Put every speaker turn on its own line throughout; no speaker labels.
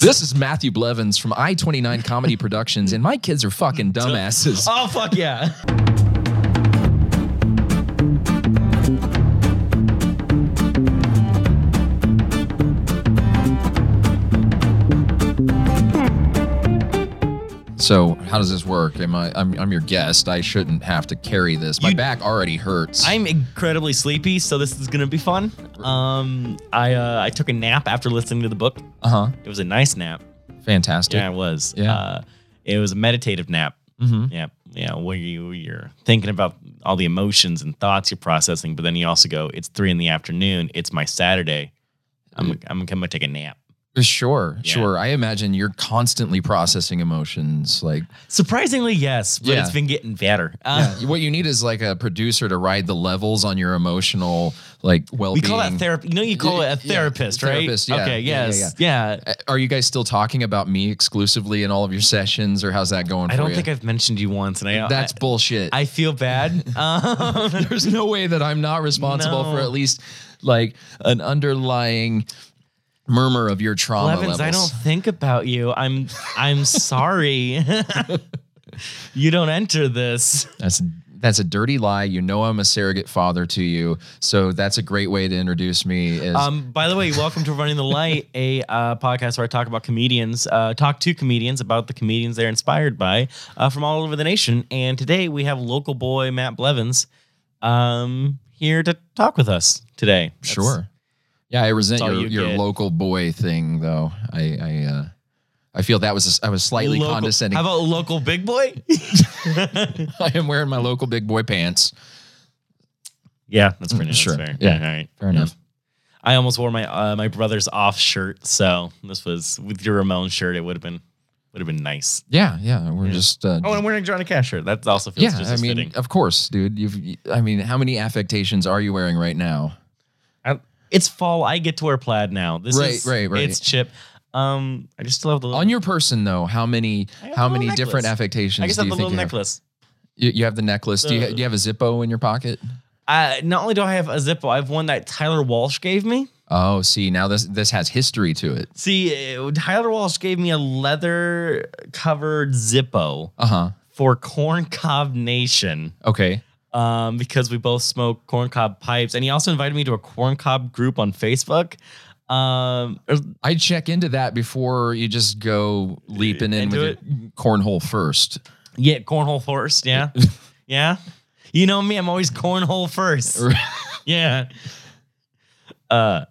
This is Matthew Blevins from I 29 Comedy Productions, and my kids are fucking dumbasses.
Oh fuck yeah!
So, how does this work? Am I, I'm, I'm your guest. I shouldn't have to carry this. My
You-
back already hurts.
I'm incredibly sleepy, so this is gonna be fun. Um, I uh, I took a nap after listening to the book.
uh huh.
It was a nice nap.
Fantastic.
Yeah, it was.
Yeah.
Uh, it was a meditative nap.
Mm-hmm.
Yeah, yeah, where you you're thinking about all the emotions and thoughts you're processing, but then you also go, it's three in the afternoon. It's my Saturday. I'm
Mm.
I'm gonna take a nap.
Sure,
Yeah.
sure. I imagine you're constantly processing emotions. Like,
Surprisingly, yes, but
Yeah.
it's been getting better. Uh,
what you need is like a producer to ride the levels on your emotional like well
We
being.
call that therapy. You know, you call
Yeah,
it a
yeah,
therapist, right?
therapist, yeah,
Okay.
yeah, Uh, yeah,
Yes. yeah.
Are you guys still talking about me exclusively in all of your sessions, or how's that going?
I
for
don't
you?
think I've mentioned you once, and I
That's bullshit.
I, I feel bad. Um,
There's no way that I'm not responsible
No.
for at least like an underlying murmur of your trauma
Levins,
levels.
I don't think about you. I'm I'm sorry. you don't enter this.
That's that's a dirty lie. You know I'm a surrogate father to you, so that's a great way to introduce me. Is,
Um, by the way, welcome to Running the Light, a uh, podcast where I talk about comedians, uh, talk to comedians about the comedians they're inspired by uh, from all over the nation. And today we have local boy Matt Blevins um, here to talk with us today. That's-
sure. Yeah, I resent
all
your,
you
your
get.
local boy thing though. I I uh, I feel that was I was slightly
local-
condescending.
How about local big boy?
I am wearing my local big boy pants.
yeah, that's pretty
Sure.
That's fair.
Yeah.
all right.
Fair enough.
I almost wore my uh, my brother's off shirt, so this was with your Ramon shirt. It would have been would have been nice.
Yeah, yeah. We're
Yeah.
just uh,
Oh, and I'm wearing a Johnny Cash shirt. That also feels
yeah.
just
I
as
mean, uh,
fitting.
of course, dude. You've I mean, how many affectations are you wearing right now?
I- it's fall. I get to wear plaid now. This
Right,
is
right, right.
It's chip. Um, I just still have the little.
on your person though how many
I have a
how
little
many
necklace.
different affectations
I guess I
do
have
you
the
think
little
you have?
necklace.
You, you have the necklace do, you,
The-
do you have a zippo in your pocket
Uh, not only do I have a Zippo, I have one that Tyler Walsh gave me.
oh see now this this has history to it
See, uh, Tyler Walsh gave me a leather covered Zippo
uh-huh
for Corn Cob Nation.
okay
um, because we both smoke corncob pipes. And he also invited me to a corncob group on Facebook. Um, or-
i check into that before you just go leaping in
Into
with your cornhole first
yeah, cornhole first. Yeah. yeah. You know me, I'm always cornhole first. yeah. Uh,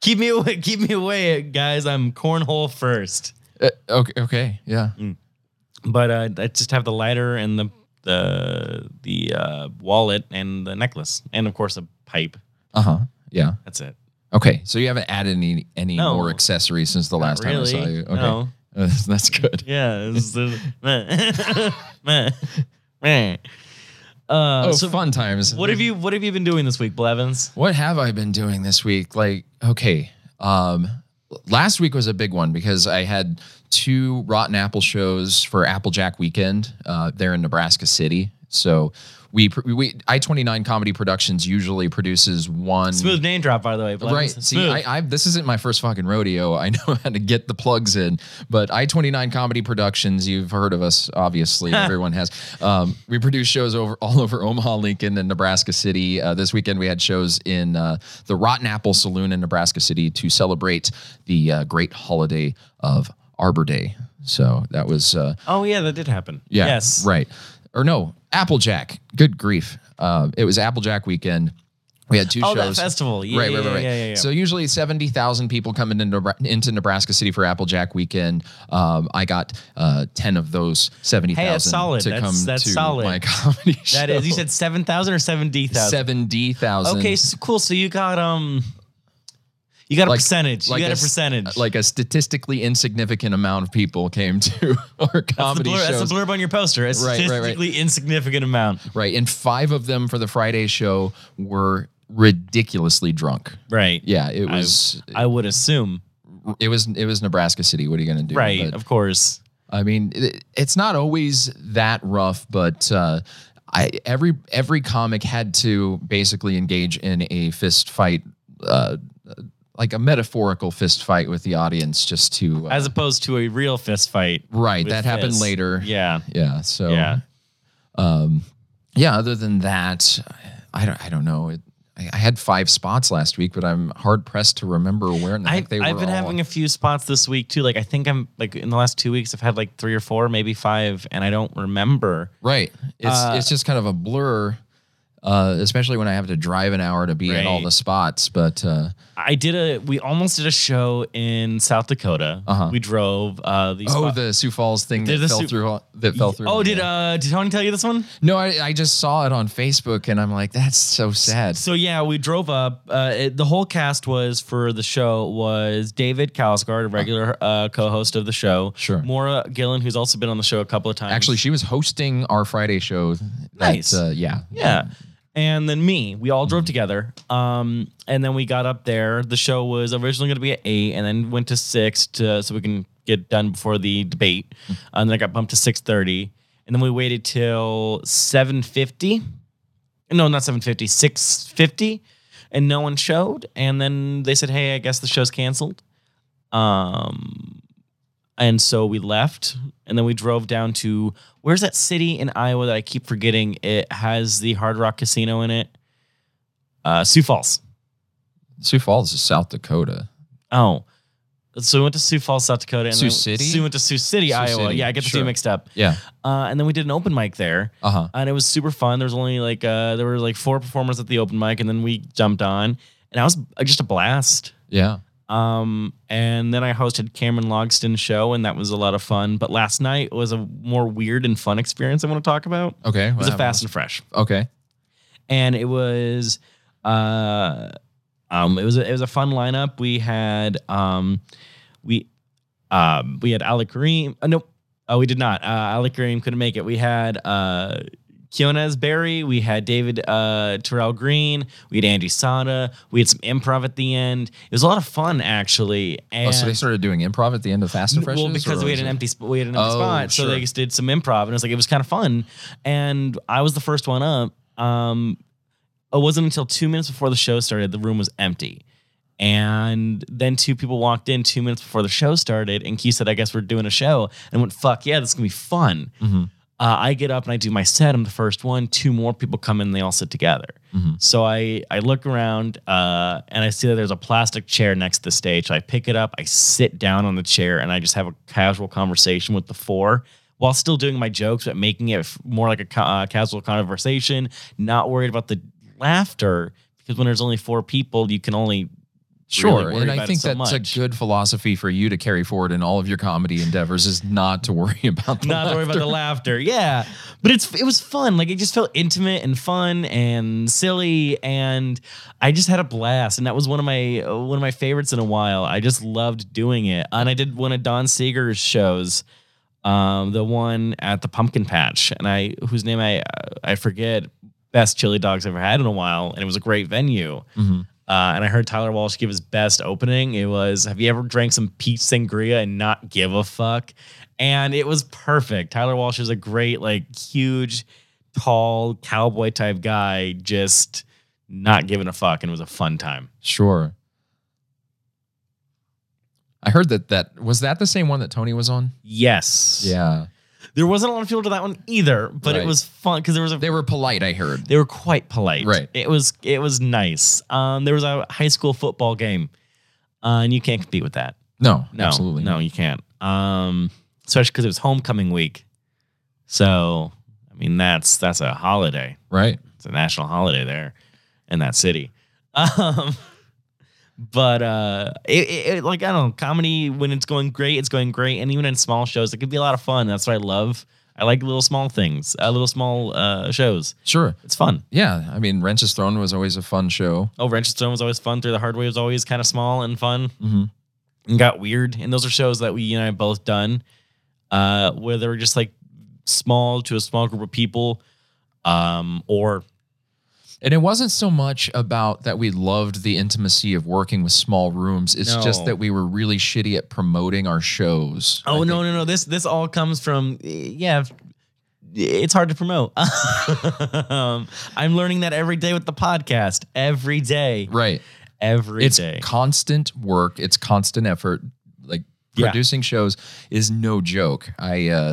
keep me away, keep me away, guys. I'm cornhole first.
Uh, okay okay yeah
But uh, I just have the lighter and the the the uh, wallet and the necklace, and of course a pipe.
uh-huh yeah
That's it.
okay so you haven't added any any
No.
more accessories since the last
Not
time i saw
really.
you okay
No.
Uh, that's good
Yeah. It's the, meh. Meh. Uh,
oh
so
fun times
what have you what have you been doing this week, Blevins?
What have I been doing this week? Like, okay, um, last week was a big one because I had two Rotten Apple shows for Applejack Weekend uh, there in Nebraska City. So we pr- we I twenty nine Comedy Productions usually produces one
Smooth name drop, by the way. Blevins.
Right. See,
Smooth.
I, I this isn't my first fucking rodeo. I know how to get the plugs in. But I twenty nine Comedy Productions. You've heard of us, obviously. Everyone has. Um, we produce shows over all over Omaha, Lincoln, and Nebraska City. Uh, this weekend we had shows in uh, the Rotten Apple Saloon in Nebraska City to celebrate the uh, great holiday of Arbor Day. So that was uh,
oh yeah, that did happen.
yeah.
Yes.
Right. Or no, Applejack. Good grief. Uh, it was Applejack weekend. We had two
Oh, that
shows.
festival. Yeah,
right, right,
yeah,
right, right.
yeah, yeah, yeah.
So usually seventy thousand people come into Nebra- into Nebraska City for Applejack weekend. Um, I got uh, ten of those seventy
Hey, that's
thousand
solid.
to
That's-
come
that's
to
solid.
my comedy show.
That is. You said seven thousand or seventy thousand.
seventy thousand. Uh,
Okay. So, cool. So you got um, you got a percentage. you got a,
s-
percentage.
Like a statistically insignificant amount of people came to our
that's the,
comedy
blurb,
shows.
that's the blurb on your poster. A
right, right.
statistically insignificant amount.
Right. And five of them for the Friday show were ridiculously drunk.
Right.
Yeah, it was
I would assume.
it was it was Nebraska City. What are you gonna do?
Right.
But,
Of course.
I mean, it, it's not always that rough, but uh, I every every comic had to basically engage in a fist fight. Uh, like a metaphorical fist fight with the audience just to uh,
as opposed to a real fist fight.
right
with
that happened
fists.
later
Yeah.
yeah so
Yeah.
yeah other than that i don't i don't know it, I, I had five spots last week but i'm hard pressed to remember where in the
I,
heck they were
I've been
all.
having a few spots this week too. Like I think I'm like in the last two weeks I've had like three or four, maybe five, and I don't remember.
Right. It's
Uh,
it's just kind of a blur, uh, especially when I have to drive an hour to be at all
Right.
the spots. But uh,
I did a we almost did a show in South Dakota.
Uh-huh.
We drove uh these
oh, the Sioux Falls thing
Did
that
the
fell
Sioux-
through that fell through.
Oh,
on
did
me.
uh did Tony tell you this one?
no, I, I just saw it on Facebook and I'm like, that's so sad.
So yeah, we drove up. Uh, it, the whole cast was for the show was David Kalsgaard, a regular uh, co-host of the show.
Uh-huh. Sure.
Maura Gillen, who's also been on the show a couple of times.
Actually, she was hosting our Friday show. that,
Nice.
uh, yeah.
Yeah. And then me, we all drove together. Um, and then we got up there. The show was originally going to be at eight, and then went to six to so we can get done before the debate. And then I got bumped to six thirty, and then we waited till seven fifty. No, not seven fifty, six fifty, and no one showed. And then they said, "Hey, I guess the show's canceled." Um, and so we left, and then we drove down to where's that city in Iowa that I keep forgetting? It has the Hard Rock Casino in it. Uh, Sioux Falls.
Sioux Falls is South Dakota.
Oh, so we went to Sioux Falls, South Dakota, and
Sioux
then
City?
So we went to Sioux City,
Sioux
Iowa.
City,
Yeah, I get the
sure.
two mixed up.
Yeah.
Uh, and then we did an open mic there,
Uh huh.
and it was super fun. There was only like uh, there were like four performers at the open mic, and then we jumped on, and I was uh, just a blast.
Yeah.
Um, and then I hosted Cameron Logston's show, and that was a lot of fun. But last night was a more weird and fun experience I want to talk about.
Okay.
It was a fast and fresh,
Okay.
and it was, uh, um, it was a, it was a fun lineup. We had, um, we, um, we had Alec Kareem. Uh, nope, oh, we did not. Uh, Alec Kareem couldn't make it. We had uh, Keonez Berry. We had David uh, Terrell Green. We had Andy Sada. We had some improv at the end. It was a lot of fun, actually. And
Oh, so they started doing improv at the end of Fast and Fresh.
well, because we had an empty sp- we had an empty
Oh,
spot, so
sure.
they just did some improv, and it was like it was kind of fun. And I was the first one up. Um, it wasn't until two minutes before the show started the room was empty, and then two people walked in two minutes before the show started, and Key said, "I guess we're doing a show," and I went, "Fuck yeah, this is gonna be fun."
Mhm.
Uh, I get up and I do my set. I'm the first one. Two more people come in. And they all sit together.
Mhm.
So I I look around uh, and I see that there's a plastic chair next to the stage. I pick it up. I sit down on the chair and I just have a casual conversation with the four while still doing my jokes, but making it f- more like a ca- uh, casual conversation. Not worried about the laughter because when there's only four people, you can only
Sure,
worried
and
about
I
it
think
so
that's
much.
a good philosophy for you to carry forward in all of your comedy endeavors is not to worry about the
not to worry about the laughter. Yeah, but it's it was fun. Like it just felt intimate and fun and silly, and I just had a blast. And that was one of my uh, one of my favorites in a while. I just loved doing it, and I did one of Don Seeger's shows. Um, the one at the pumpkin patch, and I whose name I I forget. Best chili dogs I've ever had in a while, and it was a great venue.
Mhm.
Uh, and I heard Tyler Walsh give his best opening. It was, have you ever drank some peach sangria and not give a fuck? And it was perfect. Tyler Walsh is a great, like, huge, tall, cowboy type guy, just not giving a fuck. And it was a fun time.
Sure. I heard that that was that the same one that Tony was on.
Yes.
Yeah,
There wasn't a lot of people to that one either, but
Right.
it was fun because there was a
they were polite. I heard.
They were quite polite.
Right.
It was it was nice. Um, there was a high school football game, uh, and you can't compete with that.
No,
No,
absolutely.
no, you can't. Um, especially because it was homecoming week. So I mean, that's that's a holiday.
Right.
It's a national holiday there in that city. Um, but uh, it, it, it- like I don't know, comedy when it's going great, it's going great, and even in small shows, it can be a lot of fun. That's what I love. I like little small things, uh, little small uh, shows.
Sure.
It's fun.
Yeah. I mean, Wrench's Throne was always a fun show.
Oh, Wrenchstone was always fun. Through the Hard Way was always kind of small and fun
Mm-hmm.
and got weird. And those are shows that we you and I have both done, uh, where they were just like small to a small group of people, um, or
And it wasn't so much about that we loved the intimacy of working with small rooms. It's
No.
just that we were really shitty at promoting our shows. I
oh no
think.
no no this this all comes from eh, yeah. f- It's hard to promote. um, I'm learning that every day with the podcast, every day.
Right.
every day.
it's constant work it's constant effort like
Yeah.
producing shows is no joke i uh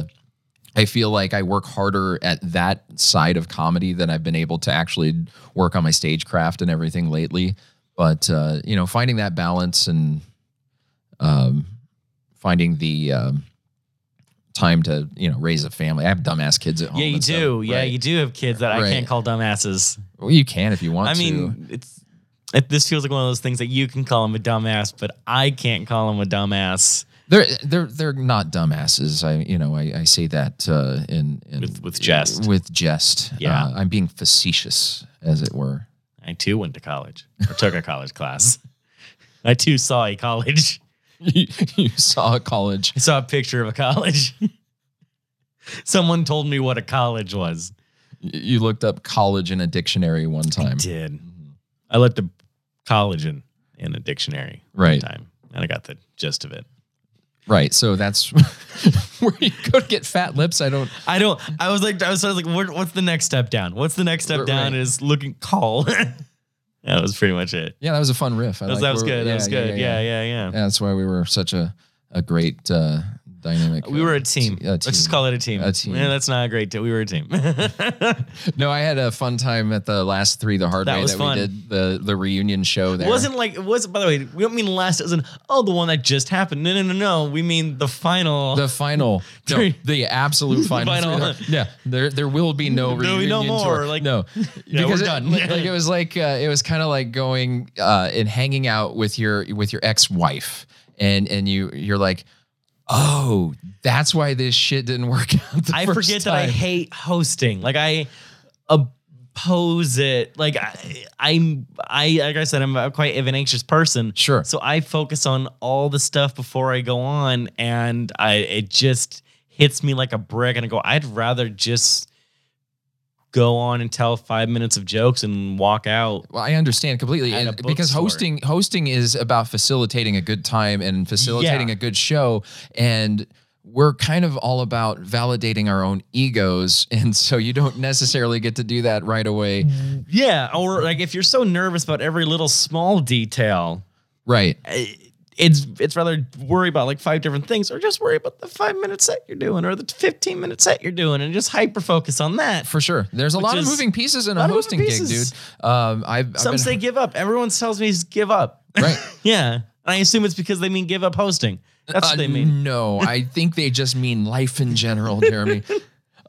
i feel like i work harder at that side of comedy than i've been able to actually work on my stagecraft and everything lately but uh you know finding that balance and um finding the um time to you know raise a family i have dumbass kids at home
yeah, you
and stuff,
do. Yeah,
right?
you do have kids that I
Right.
can't call dumbasses.
well, you can if you want
I
to
mean, it's it, this feels like one of those things that you can call him a dumbass, but I can't call him a dumbass.
They're they're they're not dumbasses. I you know I, I say that uh, in, in
With- with jest.
With jest.
Yeah.
Uh, I'm being facetious, as it were.
I too went to college or took a college class. I too saw a college.
you saw a college.
I saw a picture of a college. Someone told me what a college was.
You looked up college in a dictionary one time.
Did I looked up college in, in a dictionary
Right.
one time and I got the gist of it.
Right. So that's where you go to get fat lips. I don't.
I don't. I was like, I was, I was like, what, what's the next step down? What's the next step
Right,
down
right.
is looking call. that was pretty much it.
Yeah, that was a fun riff. I
That was,
like
that was
where-
good.
yeah,
that was good. Yeah, yeah, yeah.
Yeah, that's why we were such a a great uh, dynamic.
We
uh,
were a team.
t- a
Let's just
team.
call it a team.
A team.
Yeah, that's not a great. T- we were a team. it
No, I had a fun time at the last three the hard
That
way
was
that
fun.
we did the the reunion show there.
wasn't like it was. By the way, we don't mean last as in oh the one that just happened. No, no, no, no. We mean the final.
the final, no,
Three.
the absolute final.
Final.
There- yeah, there there will be no
There'll be
reunion.
no more,
tour.
like-
no,
Yeah, we're
it-
done.
like, like, it was like uh, it was kind of like going uh, and hanging out with your with your ex wife, and and you you're like, oh, that's why this shit didn't work out. The
I
first
forget that I
time."
hate hosting. Like I oppose it. Like I, I'm, I like I said, I'm a quite of an anxious person.
Sure.
So I focus on all the stuff before I go on, and I it just hits me like a brick. And I go, I'd rather just go on and tell five minutes of jokes and walk out.
Well, I understand completely,
At a
and because
bookstore.
hosting hosting is about facilitating a good time and facilitating
Yeah.
a good show, and we're kind of all about validating our own egos, and so you don't necessarily get to do that right away,
Mm-hmm. Yeah. Or like if you're so nervous about every little small detail, eh,
right?
it's it's rather worry about like five different things or just worry about the five minute set you're doing or the 15 minute set you're doing and just hyper focus on that
For sure, there's a lot
is-
of moving pieces in
lot
a
of moving
hosting gig,
pieces.
dude. Um, I've, I've
some
been-
say give up everyone tells me just give up
right.
yeah and i assume it's because they mean give up hosting that's
Uh,
what they mean
No, I think they just mean life in general, Jeremy.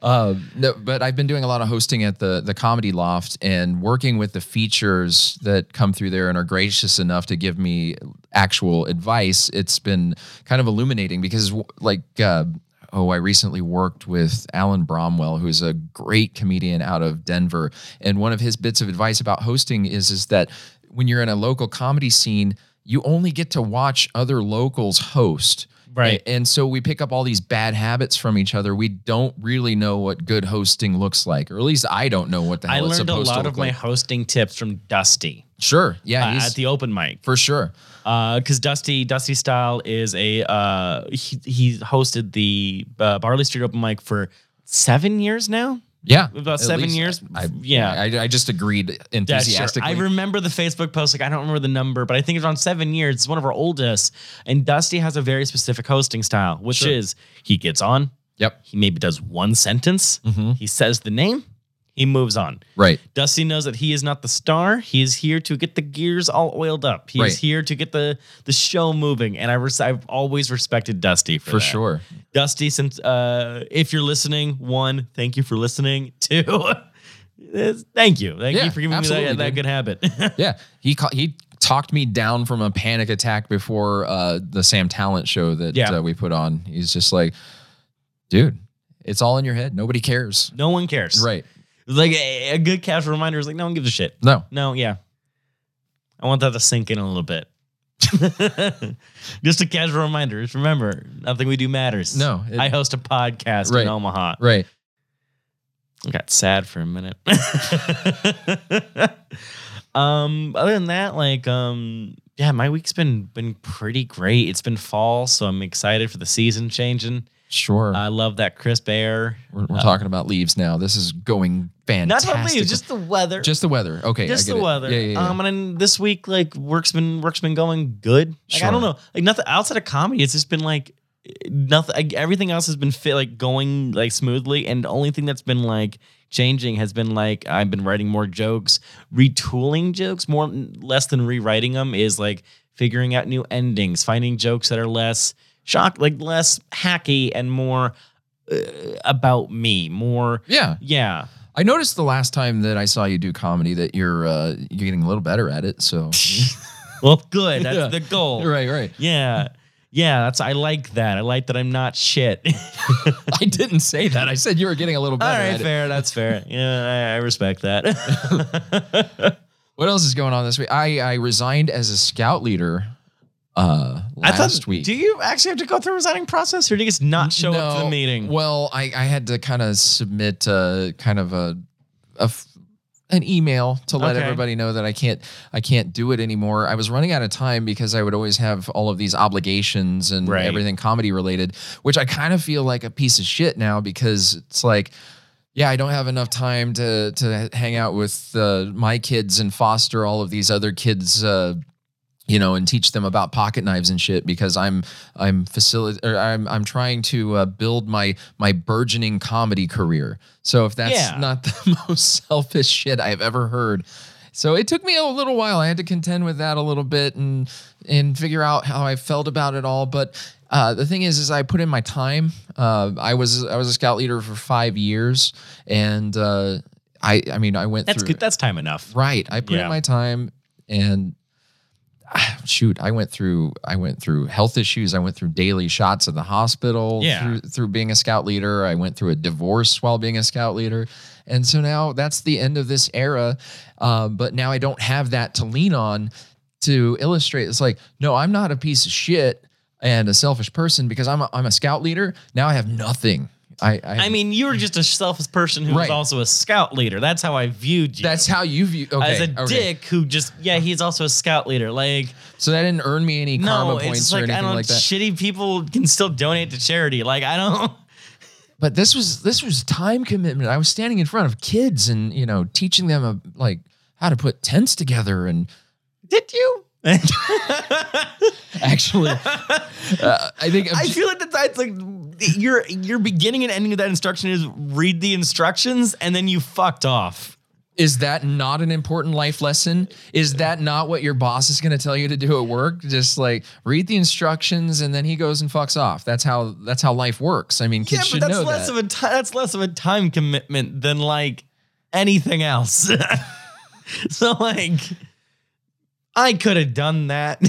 Uh, no, but I've been doing a lot of hosting at the the Comedy Loft and working with the features that come through there and are gracious enough to give me actual advice. It's been kind of illuminating because, w- like, uh, oh, I recently worked with Alan Bromwell, who's a great comedian out of Denver, and one of his bits of advice about hosting is is that when you're in a local comedy scene, you only get to watch other locals host.
Right.
A- And so we pick up all these bad habits from each other. We don't really know what good hosting looks like, or at least I don't know what the
i
hell it's
learned a
supposed to
lot
look
of my
like.
hosting tips from dusty
Sure.
uh,
Yeah. he's,
at the open mic
for sure.
because Uh, Dusty Dusty Style is a uh, he, he hosted the uh, Barley Street open mic for seven years now.
Yeah.
About
at
seven years?
I,
Yeah.
I, I just agreed
Yeah, sure.
enthusiastically.
I remember the Facebook post. Like I don't remember the number, but I think it's around seven years. It's one of our oldest. And Dusty has a very specific hosting style, which
Sure.
is he gets on,
yep.
he maybe does one sentence,
hmm
he says the name, he moves on.
Right.
Dusty knows that he is not the star. He is here to get the gears all oiled up. He
Right.
is here to get the the show moving. And I res- I've always respected Dusty for,
For
that.
sure.
Dusty, since uh, if you're listening, one, thank you for listening. Two, it's- thank you, thank
Yeah,
you for giving me that,
absolutely,
that
dude.
good habit.
Yeah. He ca- he talked me down from a panic attack before uh, the Sam Talent show that
Yeah.
uh, we put on. He's just like, dude, it's all in your head. Nobody cares.
no one cares.
Right.
It's Like a, a good casual reminder is like no one gives a shit.
No.
No, yeah. I want that to sink in a little bit. Just a casual reminder. Just remember, nothing we do matters.
No, it-
I host a podcast
Right.
in Omaha.
Right.
I got sad for a minute. um, other than that, like, um, yeah, my week's been been pretty great. It's been fall, so I'm excited for the season changing.
Sure.
I love that crisp air.
we're we're talking about leaves now. This is going
Oh. Not
fantastic.
totally, just the weather.
Just the weather. Okay. I
just
get
the
it.
weather.
Yeah, yeah, yeah.
Um, and then this week, like work's been work's been going good. Like, I
Sure.
don't know, like nothing outside of comedy. It's just been like nothing. Like, everything else has been fit, like going like smoothly, and the only thing that's been like changing has been like I've been writing more jokes, retooling jokes more less than rewriting them is like figuring out new endings, finding jokes that are less shock, like less hacky and more uh, about me, more
yeah.
yeah.
I noticed the last time that I saw you do comedy that you're uh, you're getting a little better at it. So
Well, good. That's
Yeah.
the goal.
right, right.
Yeah. Yeah, that's I like that. I like that I'm not shit. All
I didn't say that. I said you were getting a little better
right,
at it.
fair. That's fair. Yeah, I, I respect that.
What else is going on this week? I I resigned as a scout leader uh
I
last
thought.
week.
Do you actually have to go through a resigning process, or do you just not show up to
No.
the meeting?
Well, I I had to kind of submit uh kind of a a f- an email to let
Okay.
everybody know that I can't I can't do it anymore. I was running out of time because I would always have all of these obligations and
Right.
everything comedy related, which I kind of feel like a piece of shit now because it's like yeah, I don't have enough time to to hang out with uh, my kids and foster all of these other kids uh, you know, and teach them about pocket knives and shit because I'm I'm facility or I'm I'm trying to uh, build my my burgeoning comedy career. So if that's
Yeah.
not the most selfish shit I've ever heard. So it took me a little while. I had to contend with that a little bit and and figure out how I felt about it all. But uh, the thing is, is I put in my time. Uh, I was I was a scout leader for five years, and uh, I I mean I went
that's
through
good. That's time enough.
Right. I put
Yeah.
in my time and ah, shoot, I went through I went through health issues. I went through daily shots at the hospital
Yeah.
through through being a scout leader. I went through a divorce while being a scout leader. And so now that's the end of this era. Uh, but now I don't have that to lean on to illustrate. It's like, no, I'm not a piece of shit and a selfish person because I'm a, I'm a scout leader. Now I have nothing. I, I,
I mean, you were just a selfish person who was
Right.
also a scout leader. That's how I viewed you.
that's how you view. Okay,
as a
okay.
dick who just yeah, he's also a scout leader. Like
So that didn't earn me any karma
no, it's
points
just
or
like I
anything
don't.
like that.
shitty people can still donate to charity. Like I don't.
but this was this was time commitment. I was standing in front of kids and you know teaching them uh, like how to put tents together and
Did you?
actually, uh, I think
I feel like that's it's like your your beginning and ending of that instruction is read the instructions and then you fucked off.
is that not an important life lesson? Is that not what your boss is going to tell you to do at work? Just like read the instructions and then he goes and fucks off. That's how that's how life works. I mean, kids should
that's
know
less
that.
of a ti- that's less of a time commitment than like anything else. so like I could have done that.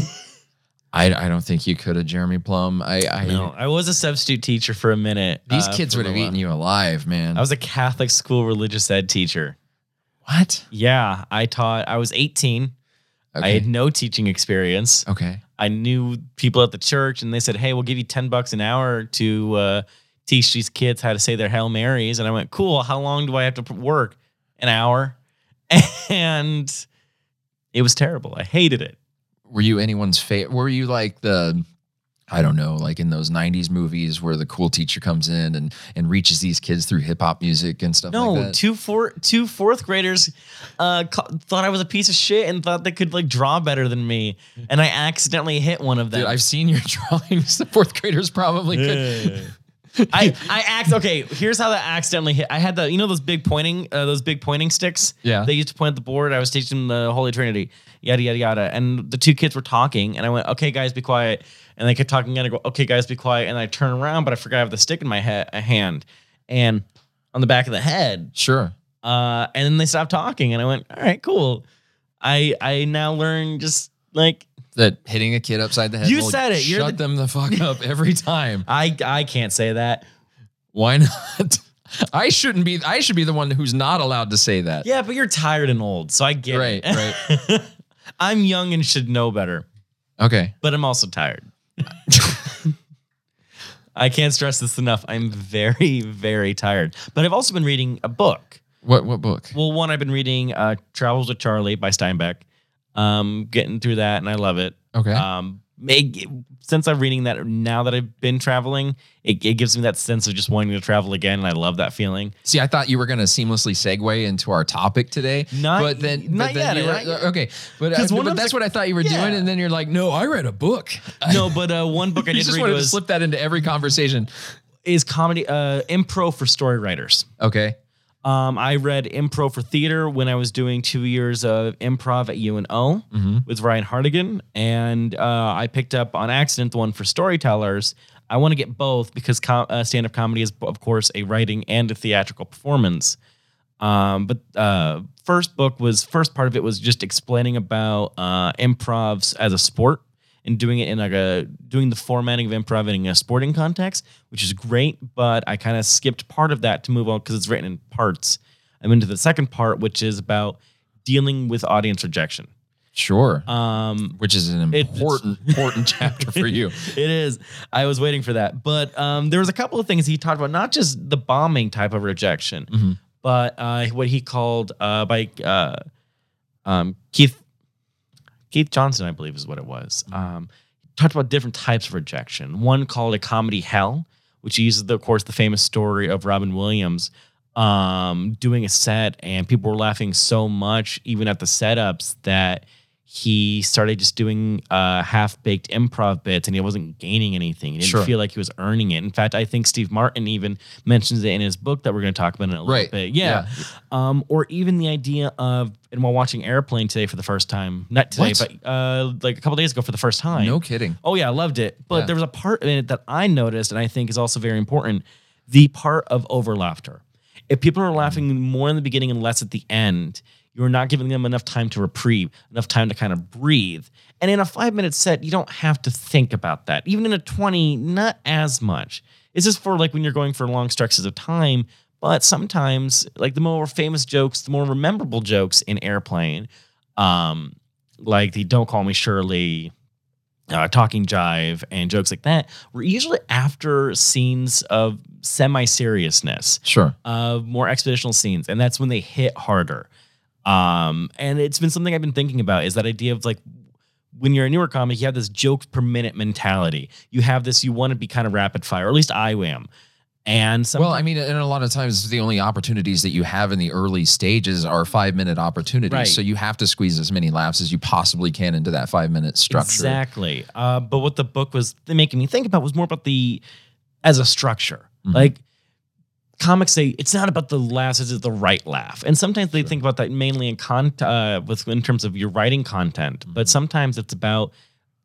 I, I don't think you could have, Jeremy Plum. I, I
No, I was a substitute teacher for a minute.
these
uh,
kids
for
would
a
have
while.
eaten you alive, man.
I was a Catholic school religious ed teacher.
what?
Yeah, I taught. I was 18. I had no teaching experience.
okay.
I knew people at the church, and they said, "Hey, we'll give you ten bucks an hour to uh, teach these kids how to say their Hail Marys." And I went, "Cool. How long do I have to p- work? An hour?" And it was terrible. I hated it.
were you anyone's favorite? Were you like the, I don't know, like in those '90s movies where the cool teacher comes in and and reaches these kids through hip hop music and stuff
No,
like that?
two four two fourth graders uh, co- thought I was a piece of shit and thought they could like draw better than me, and I accidentally hit one of them.
Dude, I've seen your drawings. The fourth graders probably could.
I I act okay. Here's how that accidentally hit. I had the you know those big pointing uh, those big pointing sticks.
Yeah.
They used to point at the board. I was teaching the Holy Trinity, yada yada yada. And the two kids were talking, and I went, "Okay, guys, be quiet." And they kept talking, and I go, "Okay, guys, be quiet." And I turn around, but I forgot I have the stick in my he- a hand, and on the back of the head.
Sure.
Uh, and then they stopped talking, and I went, "All right, cool." I I now learn just like
That hitting a kid upside the head.
You
will
said it.
Shut
You're the-
them the fuck up every time.
I I can't say that.
Why not? I shouldn't be. I should be the one who's not allowed to say that.
Yeah, but you're tired and old, so I get
Right.
it.
Right.
I'm young and should know better.
Okay.
but I'm also tired. I can't stress this enough. I'm very, very tired. But I've also been reading a book.
What what book?
Well, one I've been reading uh, "Travels with Charlie" by Steinbeck. Um, getting through that, and I love it.
Okay.
Um, make since I'm reading that now that I've been traveling, it, it gives me that sense of just wanting to travel again, and I love that feeling.
See, I thought you were going to seamlessly segue into our topic today,
Not-
but then,
not
but then
yet,
you were-
not yet.
okay, but, I,
'Cause one
but
of
that's
the-
what I thought you were
Yeah.
doing, and then you're like, no, I read a book.
No, but uh, one book I
you
did
just
read
wanted
was
to slip that into every conversation.
is comedy uh, improv for story writers.
Okay,
Um, I read improv for theater when I was doing two years of improv at UNO with Ryan Hardigan, and uh, I picked up on accident the one for storytellers. I want to get both because com- uh, stand-up comedy is, of course, a writing and a theatrical performance. Um, but uh, first book was first part of it was just explaining about uh, improvs as a sport and doing it in like a doing the formatting of improv in a sporting context, which is great. But I kind of skipped part of that to move on because it's written in parts. I'm into the second part, which is about dealing with audience rejection.
sure,
Um,
which is an
it-
important important chapter for you.
it is. I was waiting for that. But um, there was a couple of things he talked about, not just the bombing type of rejection,
Mhm.
but uh, what he called uh, by uh, um, Keith Keith Johnson, I believe, is what it was.
Mm-hmm.
Um, talked about different types of rejection. One called a comedy hell, which uses, the, of course, the famous story of Robin Williams um, doing a set, and people were laughing so much, even at the setups, that he started just doing uh, half-baked improv bits, and he wasn't gaining anything. He didn't
Sure.
feel like he was earning it. In fact, I think Steve Martin even mentions it in his book that we're going to talk about in a little
Right.
bit. Yeah. Um, or even the idea of, and while watching Airplane today for the first time, not today,
What?
but uh, like a couple days ago for the first time.
No kidding.
Oh yeah, I loved it. But
Yeah.
there was a part in it that I noticed and I think is also very important, the part of over laughter. If people are laughing more in the beginning and less at the end, you're not giving them enough time to reprieve, enough time to kind of breathe. And in a 5-minute set, you don't have to think about that. Even in a 20, not as much. It's just for like when you're going for long stretches of time, but sometimes like the more famous jokes, the more memorable jokes in airplane, um like the don't call me Shirley uh, talking jive and jokes like that were usually after scenes of semi seriousness,
Sure.
of more expositional scenes, and that's when they hit harder. Um, and it's been something I've been thinking about is that idea of like when you're a newer comic, you have this joke per minute mentality. You have this, you want to be kind of rapid fire, or at least I am. And some,
Well, I mean, and a lot of times the only opportunities that you have in the early stages are five minute opportunities.
Right.
So you have to squeeze as many laps as you possibly can into that five minute structure.
Exactly. Uh, but what the book was making me think about was more about the as a structure.
Mhm.
Like comics say, it's not about the laughs; it's the right laugh. And sometimes they think about that mainly in con uh, with in terms of your writing content.
Mm-hmm.
But sometimes it's about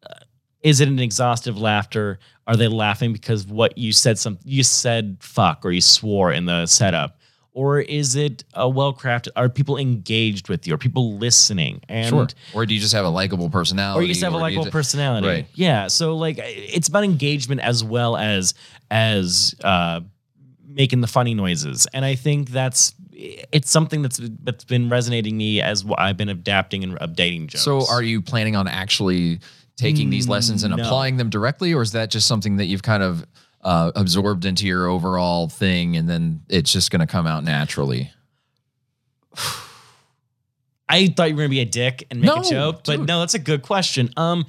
uh, is it an exhaustive laughter? Are they laughing because what you said some you said fuck or you swore in the setup? Or is it a well crafted? Are people engaged with you? Are people listening? And
Sure. Or do you just have a likable personality?
or you just have a
do
likable
ju-
personality
Right.
yeah so like it's about engagement as well as as uh making the funny noises and i think that's it's something that's that's been resonating me as wh- i've been adapting and updating jokes Mm,
So are you planning on actually taking these lessons and
No.
applying them directly? Or is that just something that you've kind of uh, absorbed into your overall thing and then it's just going to come out naturally?
I thought you were gonna be a dick and make
No,
a joke, but
dude.
no, that's a good question. Um,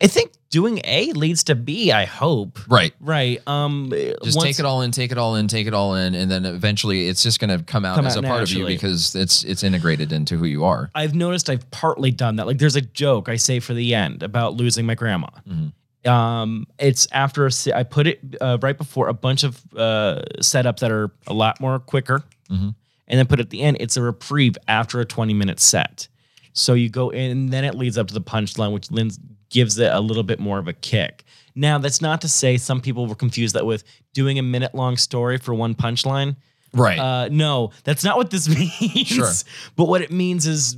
I think doing A leads to B. I hope,
Right.
right? Um,
Just take it all in, take it all in, take it all in, and then eventually it's just going to come out
Come
as
out
a part of
naturally.
you because it's it's integrated into who you are.
I've noticed I've partly done that. Like there's a joke I say for the end about losing my grandma.
Mhm.
Um, it's after a se- I put it uh, right before a bunch of uh, setups that are a lot more quicker,
Mhm.
and then put it at the end. It's a reprieve after a 20 minute set. So you go in, and then it leads up to the punchline, which lends, gives it a little bit more of a kick. Now that's not to say some people were confused that with doing a minute long story for one punchline.
Right.
Uh, no, that's not what this means.
Sure.
But what it means is,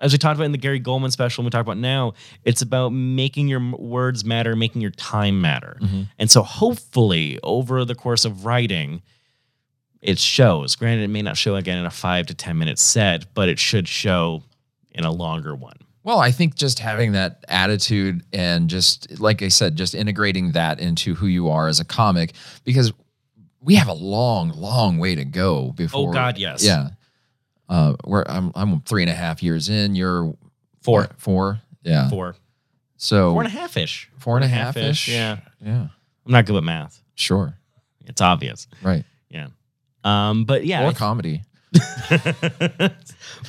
as we talked about in the Gary Goldman special, and we talk about now, it's about making your m- words matter, making your time matter.
Mhm.
And so hopefully, over the course of writing, it shows. Granted, it may not show again in a five to 10 minute set, but it should show in a longer one.
Well, I think just having that attitude and just, like I said, just integrating that into who you are as a comic, because we have a long, long way to go before.
Oh, God, yes.
Yeah. Uh, we're I'm I'm three and a half years in. You're
Four.
Four. Yeah.
Four.
So
Four and a half ish.
four and a half ish.
Yeah.
Yeah.
I'm not good with math.
Sure.
It's obvious.
Right.
Um, but yeah,
or
I-
comedy.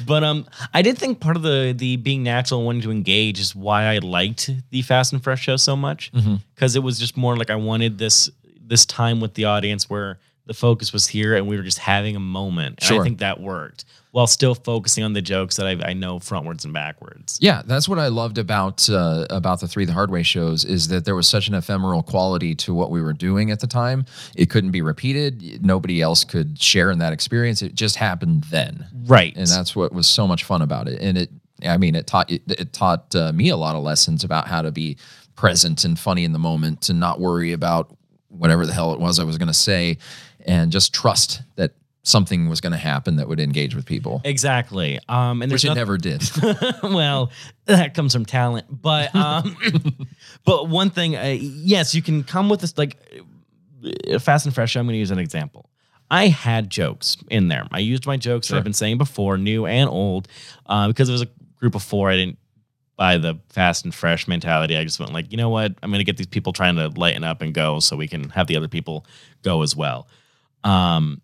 but um, I did think part of the the being natural and wanting to engage is why I liked the Fast and Fresh show so much
Mhm.
because it was just more like I wanted this this time with the audience where the focus was here and we were just having a moment. And
Sure.
I think that worked while still focusing on the jokes that I, I know frontwards and backwards.
Yeah, that's what I loved about uh, about the three the hard way shows is that there was such an ephemeral quality to what we were doing at the time. It couldn't be repeated. Nobody else could share in that experience. It just happened then,
Right.
and that's what was so much fun about it. And it, I mean, it taught it, it taught uh, me a lot of lessons about how to be present and funny in the moment and not worry about whatever the hell it was I was going to say, and just trust that something was going to happen that would engage with people,
exactly. Um, and
which
there's
it
nothing.
never did.
well, that comes from talent, but um, but one thing, uh, yes, you can come with this like uh, fast and fresh. I'm going to use an example. I had jokes in there. I used my jokes that
Sure.
I've been saying before, new and old, uh, because it was a group of four. I didn't buy the fast and fresh mentality. I just went like, you know what? I'm going to get these people trying to lighten up and go, so we can have the other people go as well. Um,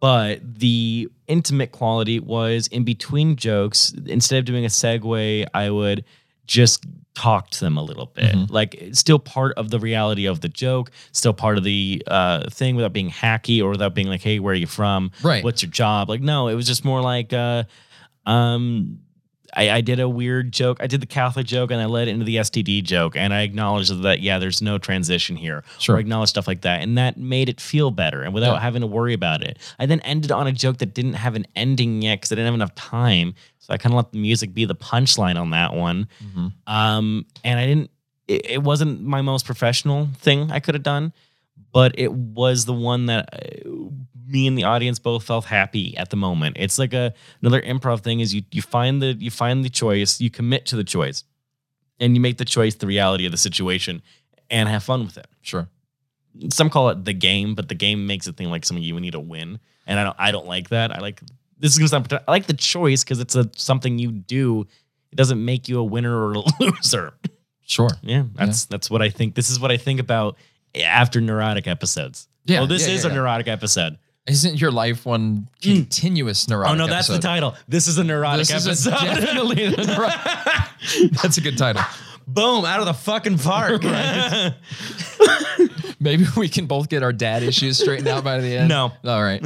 but the intimate quality was in between jokes. Instead of doing a segue, I would just talk to them a little bit.
Mhm.
Like it's still part of the reality of the joke, still part of the uh, thing without being hacky or without being like, "Hey, where are you from?
right.
What's your job?" Like, no, it was just more like, uh, um. I, I did a weird joke. I did the Catholic joke and I led into the STD joke. And I acknowledged that, yeah, there's no transition here or
Sure.
acknowledge stuff like that. And that made it feel better and without
Yeah.
having to worry about it. I then ended on a joke that didn't have an ending yet because I didn't have enough time. So I kind of let the music be the punchline on that one.
Mhm.
Um, and I didn't, it, it wasn't my most professional thing I could have done, but it was the one that uh, me and the audience both felt happy at the moment. It's like a, another improv thing is you, you find the, you find the choice, you commit to the choice and you make the choice, the reality of the situation and have fun with it
Sure.
some call it the game, but the game makes it seem like something you need to win, and I don't. I don't like that. I like this is gonna sound. pretend- I like the choice because it's a something you do. It doesn't make you a winner or a loser.
Sure.
Yeah, that's that's what I think. This is what I think about after neurotic episodes.
Yeah.
well, this
yeah,
is
yeah,
a
yeah.
neurotic episode.
Isn't your life one continuous neurotic?
oh no, that's the
episode?
title. This is a neurotic
This is a-
episode.
definitely a That's a good title.
Boom! Out of the fucking park.
Maybe we can both get our dad issues straightened out by the end.
No.
All right.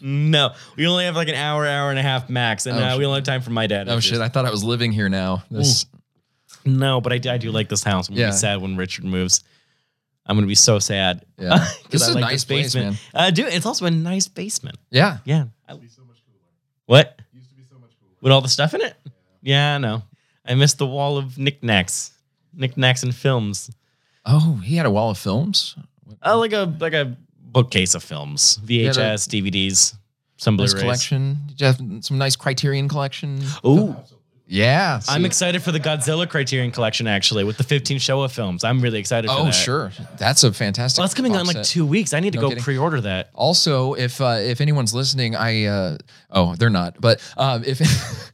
no, we only have like an hour, hour and a half max, and
Oh,
uh,
shit.
we only have time for my dad.
Oh shit! I thought I was living here now. This.
No, but I, do- I do like this house. I'm gonna
Yeah.
be sad when Richard moves. I'm gonna be so sad.
Yeah.
'Cause
This is
I
a
like
nice place,
basement.
man.
Uh, dude, it's also a nice basement.
Yeah.
Yeah.
Used to be so much cooler.
What?
Used to be so much cooler.
With all the stuff in it? Yeah, I know. I miss the wall of knickknacks, knickknacks and films.
Oh, he had a wall of films.
Oh, like a like a bookcase of films,
had a-
VHS, DVDs, some
Nice
Blu-rays.
collection. Did you have some nice Criterion collection?
Ooh,
Yeah.
I'm
see-
excited for the Godzilla Criterion collection actually with the 15 Showa films. I'm really excited. for
Oh
that.
sure, that's a fantastic.
Well, that's coming out in
box
like
set.
two weeks. I need to
No
go
kidding.
pre-order that.
Also, if uh, if anyone's listening, I uh, oh they're not, but um, if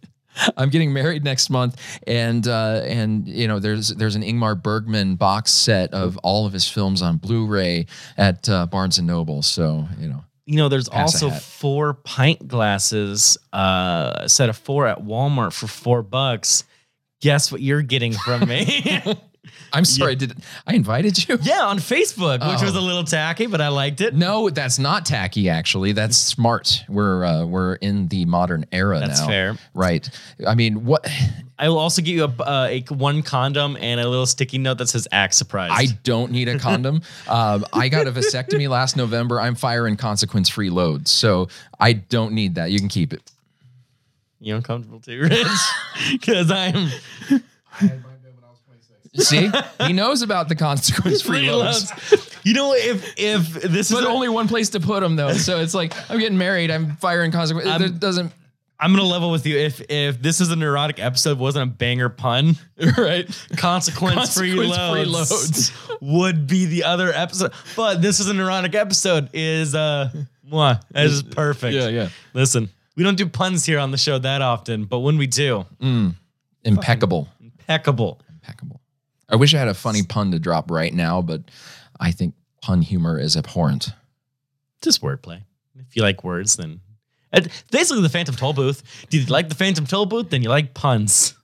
I'm getting married next month, and uh, and you know there's there's an Ingmar Bergman box set of all of his films on Blu-ray at uh, Barnes and Noble, so you know
you know, there's
Pass a
also
hat.
four pint glasses, uh, a set of four at Walmart for four bucks. Guess what you're getting from me?
I'm sorry, did I invited you?
yeah, on Facebook, which was
Oh.
a little tacky, but I liked it.
No, that's not tacky. Actually, that's smart. We're uh, we're in the modern era
That's
now.
fair.
right? I mean, what
I will also give you a, uh, a one condom and a little sticky note that says "act surprise."
I don't need a condom. um, I got a vasectomy last November. I'm firing consequence free loads. So I don't need that. You can keep it.
you uncomfortable too, Rich? Because I'm
I had mine done when I was 26.
See, he knows about the consequence free
free
loads.
loves. You know, if if this
But
is
only one place to put them though. So it's like, I'm getting married. I'm firing consequence.
I'm-
It doesn't.
I'm gonna level with you. If if this is a neurotic episode, wasn't a banger pun, right? Consequence free
Consequence-free
loads,
loads.
would be the other episode. But this is a neurotic episode. Is uh, mwah, that is perfect.
yeah.
Listen, we don't do puns here on the show that often, but when we do,
Mm. Impeccable.
impeccable.
Impeccable. I wish I had a funny pun to drop right now, but I think pun humor is abhorrent.
Just wordplay. If you like words, then and basically the Phantom Toll Booth. Did you like the Phantom Toll Booth? Then you like puns.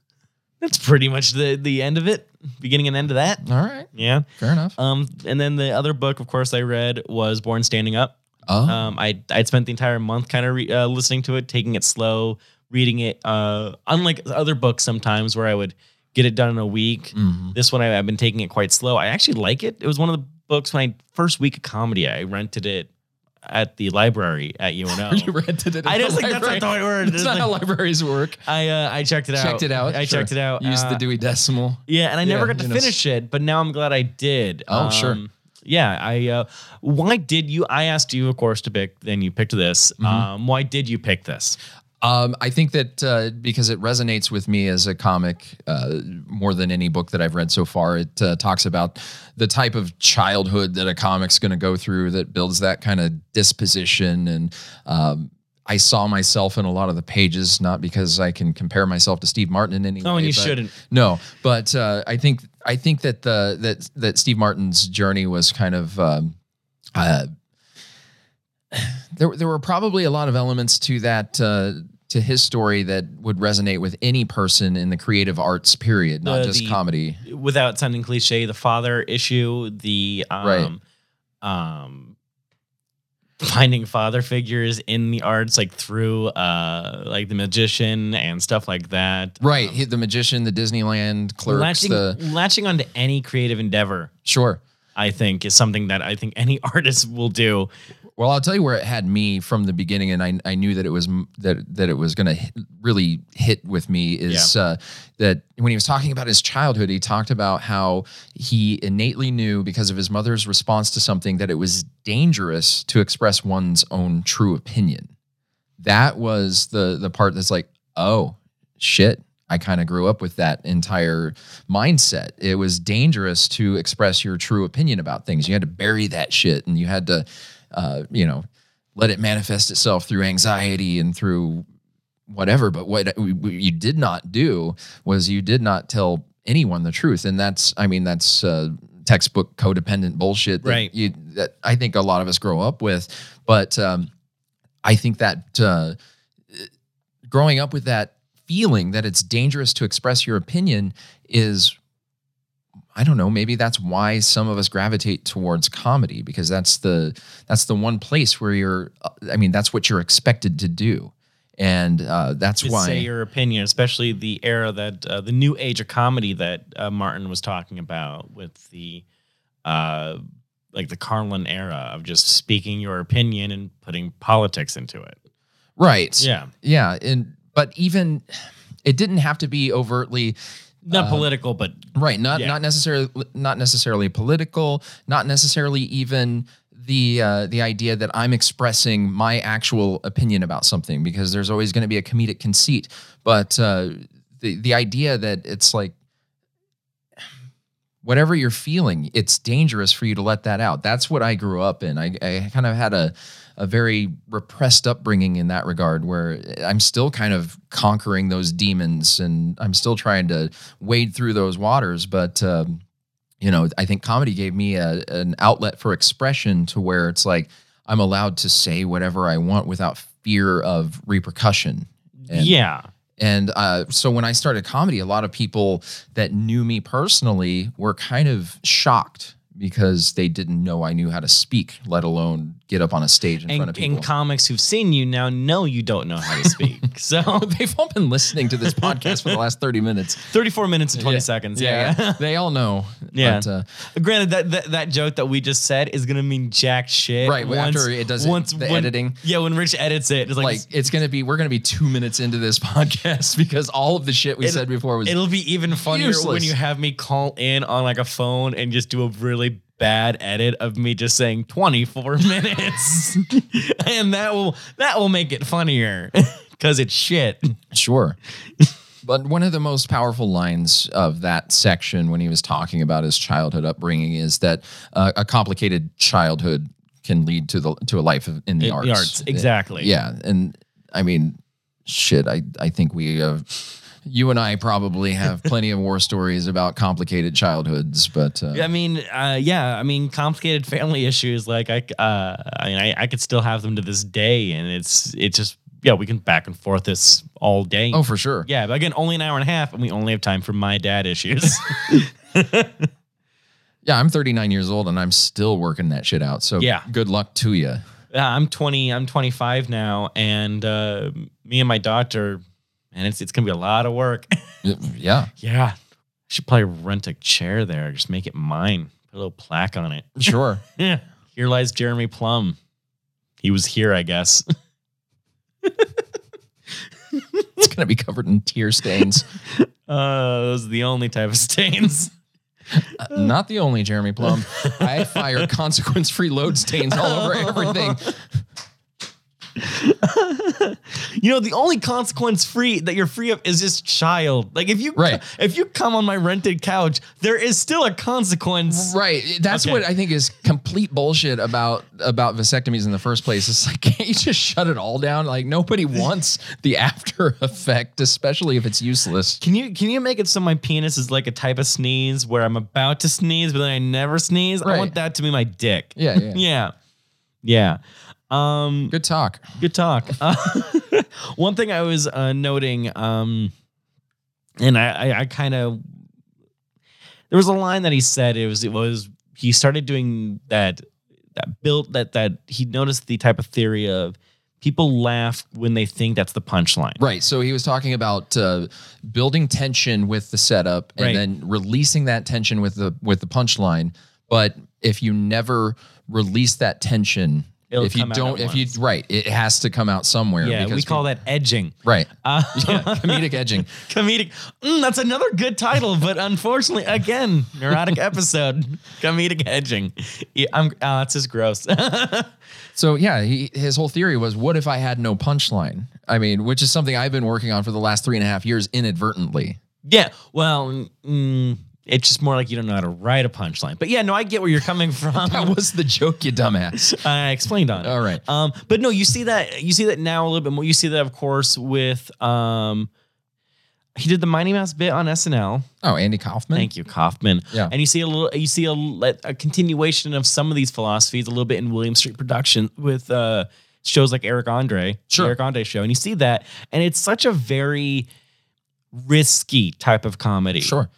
That's pretty much the the end of it. Beginning and end of that.
All right,
Yeah.
fair enough.
Um, and then the other book, of course, I read was Born Standing Up.
Oh,
Um, I I'd spent the entire month kind of re- uh, listening to it, taking it slow, reading it. Uh, unlike other books, sometimes where I would get it done in a week.
mhm.
This one I, I've been taking it quite slow. I actually like it. It was one of the books when I first week of comedy. I rented it at the library at UNO.
you rented it.
I
at
just
the
think that's
library.
not the right word.
That's not how libraries work.
I uh, I checked it out.
Checked it out.
I
sure.
checked it out.
Used
Uh,
the Dewey Decimal.
yeah, and I never
Yeah,
got to
you know.
finish it, but now I'm glad I did. Um,
Oh, sure.
Yeah, I. Uh, why did you? I asked you, of course, to pick. Then you picked this.
Mm-hmm.
Um, why did you pick this?
Um, I think that uh, because it resonates with me as a comic uh, more than any book that I've read so far. It uh, talks about the type of childhood that a comic's going to go through that builds that kind of disposition. And um, I saw myself in a lot of the pages, not because I can compare myself to Steve Martin in any way.
Oh, and you
but-
shouldn't.
No, but uh, I think I think that the that that Steve Martin's journey was kind of. Um, uh, there, there were probably a lot of elements to that uh, to his story that would resonate with any person in the creative arts period, not
The-
just
the-
comedy.
Without sounding cliche, the father issue, the um, um, finding father figures in the arts, like through uh, like the magician and stuff like that. Um,
Right, he- the magician, the Disneyland clerks,
Latching,
the
latching onto any creative endeavor
sure.
I think is something that I think any artist will do.
Well, I'll tell you where it had me from the beginning, and I, I knew that it was m- that that it was going to really hit with me is uh, that when he was talking about his childhood, he talked about how he innately knew because of his mother's response to something that it was dangerous to express one's own true opinion. That was the the part that's like, oh shit. I kind of grew up with that entire mindset. It was dangerous to express your true opinion about things. You had to bury that shit and you had to uh, you know, let it manifest itself through anxiety and through whatever. But what we- we- you did not do was you did not tell anyone the truth, and that's, I mean, that's uh, textbook codependent bullshit that
Right.
you that I think a lot of us grow up with. But um, I think that uh, growing up with that feeling that it's dangerous to express your opinion is I don't know, maybe that's why some of us gravitate towards comedy because that's the that's the one place where you're uh, I mean that's what you're expected to do. And uh, that's
to
why
say your opinion, especially the era that uh, the new age of comedy that uh, Martin was talking about with the uh, like the Carlin era of just speaking your opinion and putting politics into it.
right.
Yeah,
Yeah, and but even it didn't have to be overtly
not
Uh,
political, but
Right. Not
Yeah.
not necessarily not necessarily political, not necessarily even the uh, the idea that I'm expressing my actual opinion about something because there's always going to be a comedic conceit, but uh, the the idea that it's like whatever you're feeling, it's dangerous for you to let that out. That's what I grew up in. I, I kind of had a a very repressed upbringing in that regard, where I'm still kind of conquering those demons, and I'm still trying to wade through those waters. But um, you know, I think comedy gave me a, an outlet for expression to where it's like I'm allowed to say whatever I want without fear of repercussion. And-
yeah,
and uh, so when I started comedy, a lot of people that knew me personally were kind of shocked because they didn't know I knew how to speak, let alone get up on a stage in front of
and,
people.
and comics who've seen you now know you don't know how to speak. so
They've all been listening to this podcast for the last 30 minutes.
thirty-four minutes and twenty seconds. yeah. yeah.
They all know.
Yeah.
But, uh,
Granted, that, that that joke that we just said is gonna mean jack shit.
Right, after it does it- the
when-
editing.
Yeah, when Rich edits it, it's like,
like, it's going to be, we're going to be two minutes into this podcast because all of the shit we
It'll-
said before was
it'll be even funnier when
useless.
you have me call in on like a phone and just do a really bad edit of me just saying twenty four minutes, and that will that will make it funnier because it's shit.
Sure. but one of the most powerful lines of that section when he was talking about his childhood upbringing is that uh, a complicated childhood can lead to the to a life of, in the
In the
arts.
arts, exactly.
Yeah, and I mean, shit. I I think we have you and I probably have plenty of war stories about complicated childhoods, but uh,
I mean, uh, yeah, I mean, complicated family issues. Like I, c- uh, I mean, I, I could still have them to this day, and it's it's just yeah, we can back and forth this all day.
oh, for sure.
Yeah, but again, only an hour and a half, and we only have time for my dad issues.
Yeah, I'm 39 years old and I'm still working that shit out. So
Yeah.
good luck to you.
yeah, I'm 20, I'm 25 now, and uh, me and my doctor, and it's it's gonna be a lot of work.
Yeah,
yeah, I should probably rent a chair there, just make it mine, put a little plaque on it.
sure.
Yeah, here lies Jeremy Plum. He was here, I guess.
it's gonna be covered in tear stains.
Uh, those are the only type of stains.
Uh, Not the only Jeremy Plum. I fire consequence-free load stains all over everything.
you know, the only consequence free that you're free of is just child. Like if you
Right.
if you come on my rented couch, there is still a consequence.
Right. That's
Okay.
what I think is complete bullshit about about vasectomies in the first place. It's like can't you just shut it all down? Like nobody wants the after effect, especially if it's useless.
Can you can you make it so my penis is like a type of sneeze where I'm about to sneeze but then I never sneeze? I
Right.
want that to be my dick.
Yeah, yeah.
Yeah. Yeah. Um
Good talk.
Good talk. Uh, one thing I was uh, noting, um, and I, I, I kind of there was a line that he said. It was it was he started doing that that built that that he noticed the type of theory of people laugh when they think that's the punchline.
Right. So he was talking about uh, building tension with the setup and
Right.
then releasing that tension with the with the punchline. But if you never release that tension,
It'll
if you
come out
don't,
at
if you
once.
right, it has to come out somewhere.
Yeah, we call that edging.
right.
Uh,
Yeah, comedic edging.
comedic. Mm, that's another good title, but unfortunately, again, neurotic episode. Comedic edging. Yeah, I'm. Oh, that's just gross.
So yeah, he, his whole theory was, what if I had no punchline? I mean, which is something I've been working on for the last three and a half years inadvertently.
Yeah. Well, mm, it's just more like you don't know how to write a punchline. But yeah, no, I get where you're coming from.
That was the joke, you dumbass.
I explained on it.
All right.
Um, but no, you see that you see that now a little bit more. You see that, of course, with um, he did the Mighty Mouse bit on SNL.
Oh, Andy Kaufman.
Thank you, Kaufman.
Yeah.
And you see a little, you see a, le- a continuation of some of these philosophies a little bit in William Street production with uh, shows like Eric Andre,
Sure.
Eric Andre show, and you see that, and it's such a very risky type of comedy.
Sure.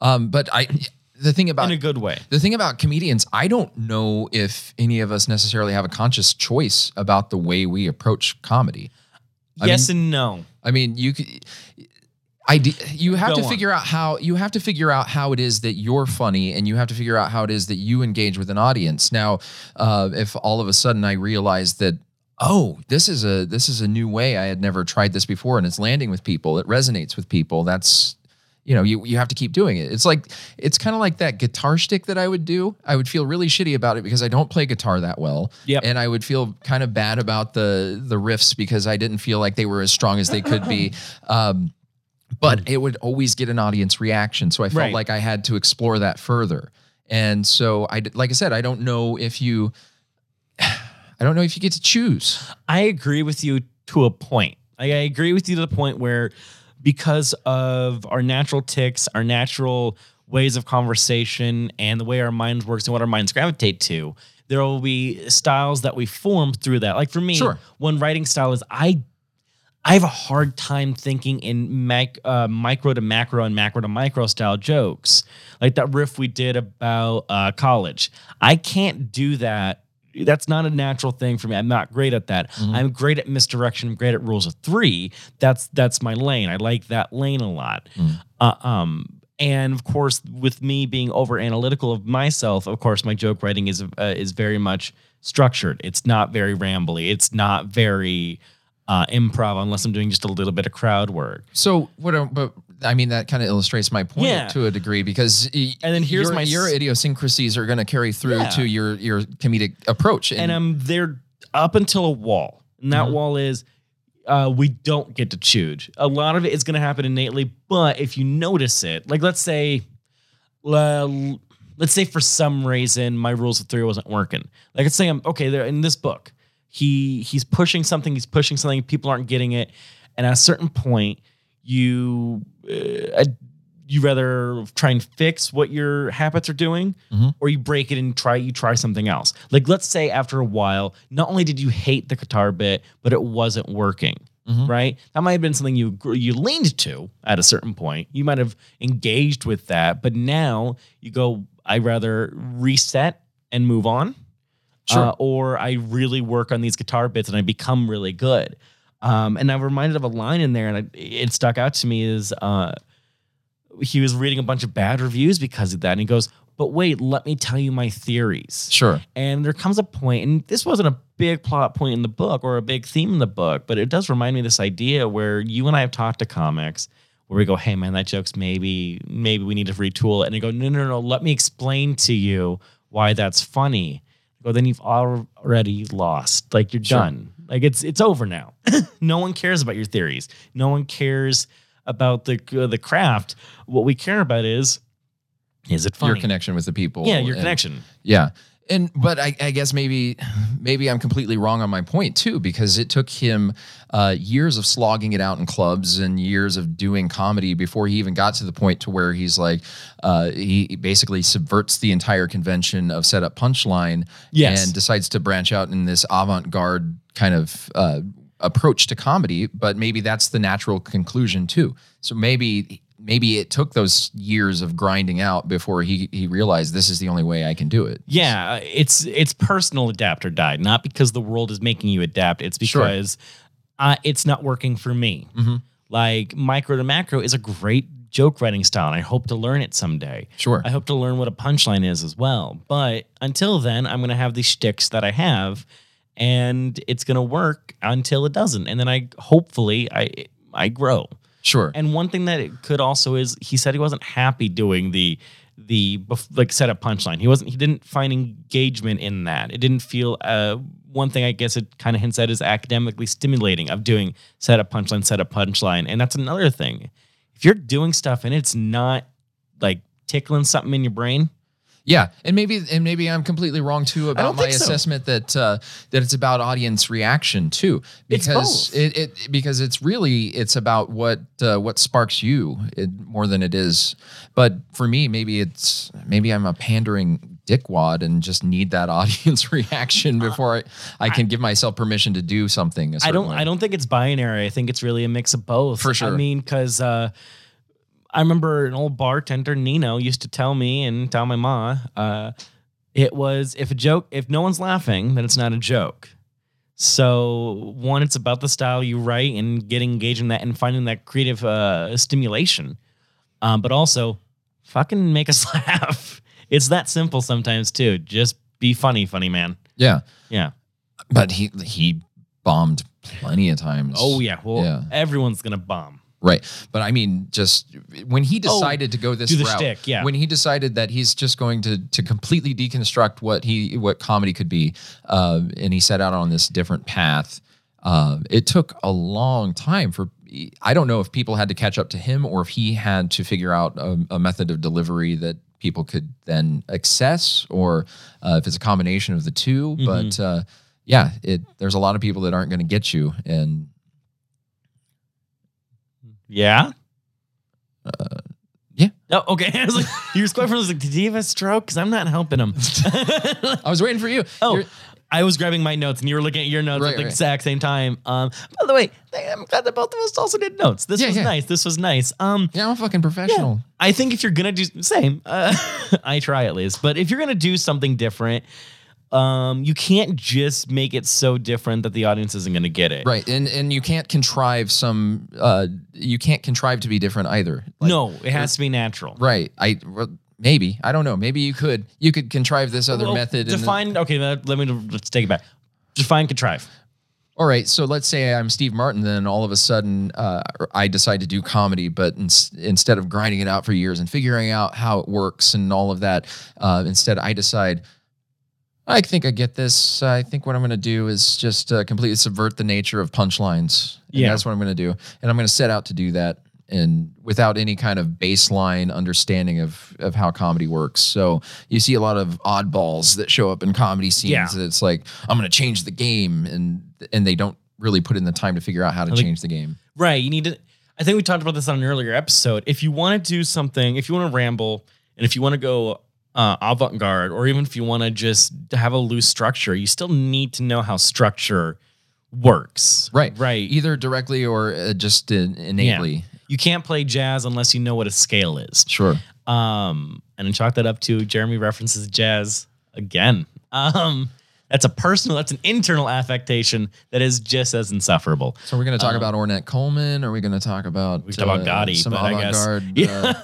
Um, but I, the thing about
in a good way.
The thing about comedians, I don't know if any of us necessarily have a conscious choice about the way we approach comedy. I
yes and no.
I mean, you could, I d- you have
Go
to
on.
figure out how you have to figure out how it is that you're funny, and you have to figure out how it is that you engage with an audience. Now, uh, if all of a sudden I realize that. Oh, this is a this is a new way. I had never tried this before, and it's landing with people. It resonates with people. That's you know, you you have to keep doing it. It's like it's kind of like that guitar stick that I would do. I would feel really shitty about it because I don't play guitar that well.
Yep.
And I would feel kind of bad about the the riffs because I didn't feel like they were as strong as they could be. Um, but it would always get an audience reaction, so I felt
Hmm. Right.
like I had to explore that further. And so I d- like I said, I don't know if you I don't know if you get to choose.
I agree with you to a point. I, I agree with you to the point where, because of our natural ticks, our natural ways of conversation, and the way our minds works and what our minds gravitate to, there will be styles that we form through that. Like for me,
Sure.
one writing style is I. I have a hard time thinking in mac, uh, micro to macro and macro to micro style jokes, like that riff we did about uh, college. I can't do that. That's not a natural thing for me. I'm not great at that.
Mhm.
I'm great at misdirection. I'm great at rules of three. That's that's my lane. I like that lane a lot.
Mm.
Uh, um, and of course, with me being over analytical of myself, of course, my joke writing is uh, is very much structured. It's not very rambly. It's not very uh, improv unless I'm doing just a little bit of crowd work.
So what? I- But I mean, that kind of illustrates my point
Yeah.
to a degree because. y-
And then here's
your,
my s-
your idiosyncrasies are going to carry through
Yeah.
to your your comedic approach.
and um, I'm there up until a wall, and that
Mhm.
wall is uh, we don't get to choose. A lot of it is going to happen innately, but if you notice it, like let's say, le- let's say for some reason my rules of three wasn't working. Like let's say I'm okay there in this book. He he's pushing something. He's pushing something. People aren't getting it, and at a certain point, you uh, ad- you rather try and fix what your habits are doing
Mhm.
or you break it and try you try something else like let's say after a while not only did you hate the guitar bit but it wasn't working
Mhm.
right that might have been something you gr- you leaned to at a certain point you might have engaged with that but now you go i rather reset and move on
Sure.
uh, or I really work on these guitar bits and I become really good. Um, and I'm reminded of a line in there, and I, it stuck out to me is uh, he was reading a bunch of bad reviews because of that, and he goes, "But wait, let me tell you my theories."
Sure.
And there comes a point, and this wasn't a big plot point in the book or a big theme in the book, but it does remind me of this idea where you and I have talked to comics where we go, hey man, that joke's maybe, maybe we need to retool it. And they go, no, no, no, let me explain to you why that's funny. Go, then you've al- already lost. Like you're
Sure.
done. Like it's it's over now. no one cares about your theories. No one cares about the uh, the craft. What we care about is is it funny?
Your connection with the people.
yeah, your
and-
connection.
Yeah. And but I, I guess maybe maybe I'm completely wrong on my point too because it took him uh, years of slogging it out in clubs and years of doing comedy before he even got to the point to where he's like uh, he basically subverts the entire convention of setup punchline
Yes.
and decides to branch out in this avant-garde kind of uh, approach to comedy but maybe that's the natural conclusion too so maybe maybe it took those years of grinding out before he he realized this is the only way I can do it
Yeah, uh, it's it's personal adapt or die, not because the world is making you adapt. It's
Sure.
because uh, it's not working for me.
Mhm.
Like micro to macro is a great joke writing style, and I hope to learn it someday.
sure
I hope to learn what a punchline is as well. But until then, I'm gonna have these shticks that I have, and it's gonna work until it doesn't, and then I hopefully I I grow.
sure
And one thing that it could also is he said he wasn't happy doing the the bef- like setup punchline. He wasn't he didn't find engagement in that. It didn't feel uh one thing I guess it kind of hints at is academically stimulating of doing setup punchline setup punchline. And that's another thing. If you're doing stuff and it's not like tickling something in your brain,
Yeah, and maybe and maybe I'm completely wrong too about
don't
my
think so.
assessment that uh, that it's about audience reaction too,
It's
because
both.
it, it because it's really it's about what uh, what sparks you it, more than it is. But for me, maybe it's maybe I'm a pandering dickwad and just need that audience reaction before I, I can give myself permission to do something. a
I
certain
don't
way.
I don't think it's binary. I think it's really a mix of both.
For sure.
I mean, because uh, I remember an old bartender Nino used to tell me and tell my ma, uh, it was if a joke if no one's laughing, then it's not a joke. So one, it's about the style you write and getting engaged in that and finding that creative uh, stimulation, um, but also fucking make us laugh. It's that simple sometimes too. Just be funny, funny man.
Yeah,
Yeah.
but he he bombed plenty of times.
Oh yeah. Well,
Yeah.
everyone's gonna bomb.
Right. But I mean, just when he decided to go this
Oh, do the
route,
shtick, yeah.
when he decided that he's just going to to completely deconstruct what he what comedy could be, uh, and he set out on this different path. Uh, it took a long time for I don't know if people had to catch up to him or if he had to figure out a, a method of delivery that people could then access, or uh, if it's a combination of the 2
Mm-hmm.
But uh, yeah, it there's a lot of people that aren't going to get you, and
Yeah.
Uh, yeah.
Oh, okay. I was like, your squad was like, did he have a stroke? Because I'm not helping him.
I was waiting for you.
oh,
You're-
I was grabbing my notes and you were looking at your notes
Right,
at the
right.
exact same time. Um, by the way, I'm glad that both of us also did notes. This
Yeah,
was
yeah.
nice. This was nice. Um,
Yeah, I'm a fucking professional.
I think if you're gonna do same, uh, I try at least. But if you're gonna do something different, um, you can't just make it so different that the audience isn't gonna get it.
Right. And and you can't contrive some uh you can't contrive to be different either. Like,
no, it has to be natural.
Right. I well, maybe. I don't know. Maybe you could you could contrive this other
Well,
method and then-
Define. okay, let, let me let's take it back. Define contrive.
All right, so let's say I'm Steve Martin, then all of a sudden uh, I decide to do comedy, but in, instead of grinding it out for years and figuring out how it works and all of that, uh, instead I decide, I think I get this. I think what I'm going to do is just uh, completely subvert the nature of punchlines. And
Yeah.
That's what I'm going to do. And I'm going to set out to do that and without any kind of baseline understanding of, of how comedy works. So you see a lot of oddballs that show up in comedy scenes
Yeah.
that it's like, I'm going to change the game. And, and they don't really put in the time to figure out how to
think-
change the game.
Right. You need to. I think we talked about this on an earlier episode. If you want to do something, if you want to ramble, and if you want to go uh, avant garde, or even if you want to just have a loose structure, you still need to know how structure works.
Right.
Right.
Either directly or uh, just in, innately.
You can't play jazz unless you know what a scale is.
Sure.
Um, and to chalk that up to Jeremy references jazz again. Um, that's a personal, that's an internal affectation that is just as insufferable.
So we're going to talk about Ornette Coleman. Are we going to talk about uh,
We could talk about Gotti,
some
but I guess-
avant-garde?
Yeah.
uh,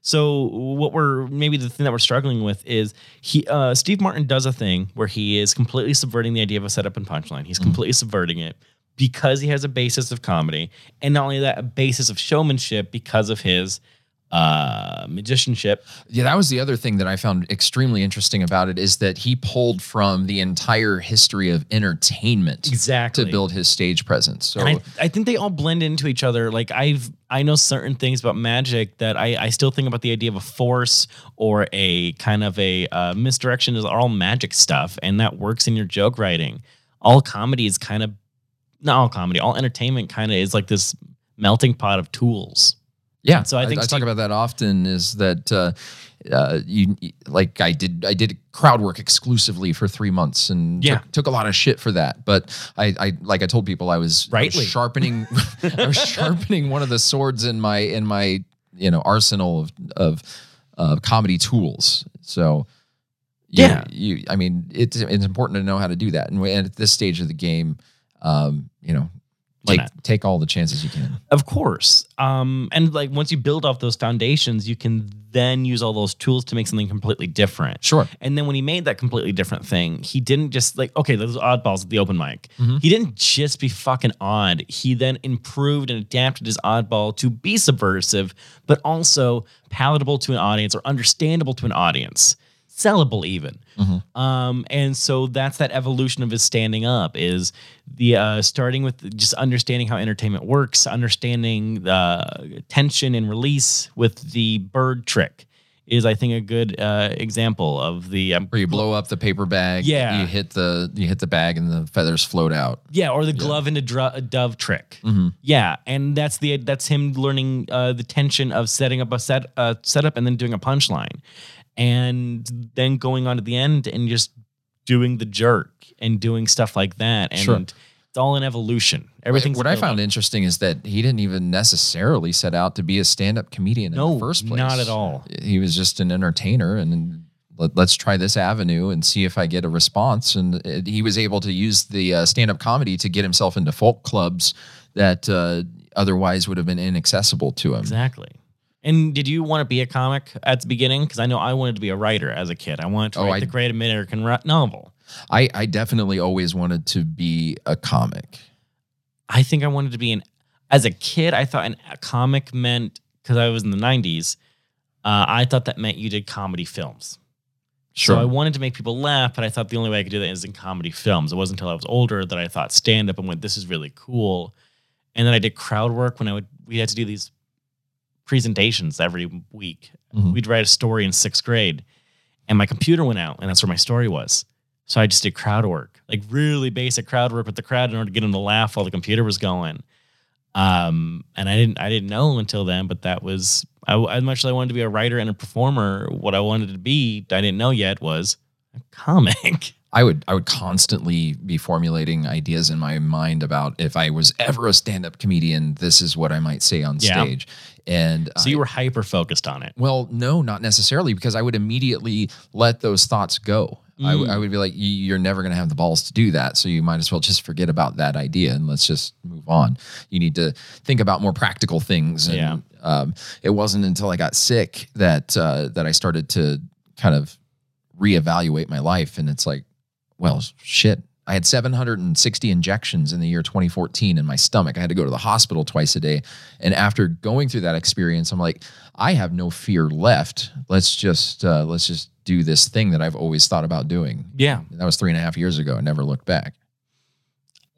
So what we're maybe the thing that we're struggling with is he uh, Steve Martin does a thing where he is completely subverting the idea of a setup and punchline. He's
Mm-hmm.
completely subverting it because he has a basis of comedy, and not only that, a basis of showmanship because of his uh magicianship.
Yeah, that was the other thing that I found extremely interesting about it is that he pulled from the entire history of entertainment
Exactly.
to build his stage presence. So
And I, I think they all blend into each other. Like I've I know certain things about magic that I, I still think about the idea of a force or a kind of a uh, misdirection is all magic stuff, and that works in your joke writing. All comedy is kind of not all comedy, all entertainment kind of is like this melting pot of tools.
yeah,
so I think
I,
Steve-
talk about that often is that uh, uh, you like I did I did crowd work exclusively for three months and
Yeah.
took, took a lot of shit for that. But I, I like I told people I was, I was
Rightly.
sharpening I was sharpening one of the swords in my in my you know arsenal of of uh, comedy tools. So you-
Yeah.
you I mean it's it's important to know how to do that. And, we- and at this stage of the game, um, you know,
Why
take
not?
take all the chances you can.
Of course. Um, and like once you build off those foundations, you can then use all those tools to make something completely different.
Sure.
And then when he made that completely different thing, he didn't just like, okay, those oddballs at the open mic.
Mhm.
He didn't just be fucking odd. He then improved and adapted his oddball to be subversive, but also palatable to an audience or understandable to an audience, sellable even. Um, and so that's that evolution of his standing up is the uh, starting with just understanding how entertainment works, understanding the tension and release with the bird trick is I think a good uh, example of the um,
Where you blow up the paper bag,
Yeah.
you hit the you hit the bag and the feathers float out.
yeah or the glove into dr- dove trick.
Mhm.
Yeah, and that's the that's him learning uh, the tension of setting up a set uh, setup and then doing a punchline, and then going on to the end and just doing the jerk and doing stuff like that. And
Sure.
it's all an evolution. Everything's
What I
built
found interesting is that he didn't even necessarily set out to be a stand-up comedian
no
in the first place.
not at all.
He was just an entertainer, and then let, let's try this avenue and see if I get a response. And it, he was able to use the uh, stand-up comedy to get himself into folk clubs that uh, otherwise would have been inaccessible to him.
Exactly. And did you want to be a comic at the beginning? Because I know I wanted to be a writer as a kid. I wanted to
Oh,
write
I-
the Great American Ro- Novel.
I, I definitely always wanted to be a comic.
I think I wanted to be an. As a kid, I thought an, a comic meant because I was in the '90s. Uh, I thought that meant you did comedy films. So I wanted to make people laugh, but I thought the only way I could do that is in comedy films. It wasn't until I was older that I thought stand up and went, "This is really cool." And then I did crowd work when I would. We had to do these presentations every week.
Mhm.
We'd write a story in sixth grade, and my computer went out, and that's where my story was. So I just did crowd work, like really basic crowd work with the crowd in order to get them to laugh while the computer was going. Um, and I didn't, I didn't know until then, but that was, I, as much as I wanted to be a writer and a performer, what I wanted to be, I didn't know yet was a comic.
I would I would constantly be formulating ideas in my mind about if I was ever a stand-up comedian, this is what I might say on
Yeah.
stage. And
so
I-
you were hyper focused on it.
well, no, not necessarily, because I would immediately let those thoughts go. I w-
Mm.
I, would be like, "You- you're never going to have the balls to do that. So you might as well just forget about that idea and let's just move on. You need to think about more practical things. And
Yeah.
um, it wasn't until I got sick that uh, that I started to kind of reevaluate my life. And it's like, well, shit. I had 760 injections in the year 2014 in my stomach. I had to go to the hospital twice a day. And after going through that experience, I'm like, I have no fear left. Let's just uh, let's just do this thing that I've always thought about doing.
Yeah.
That was three and a half years ago. I never looked back.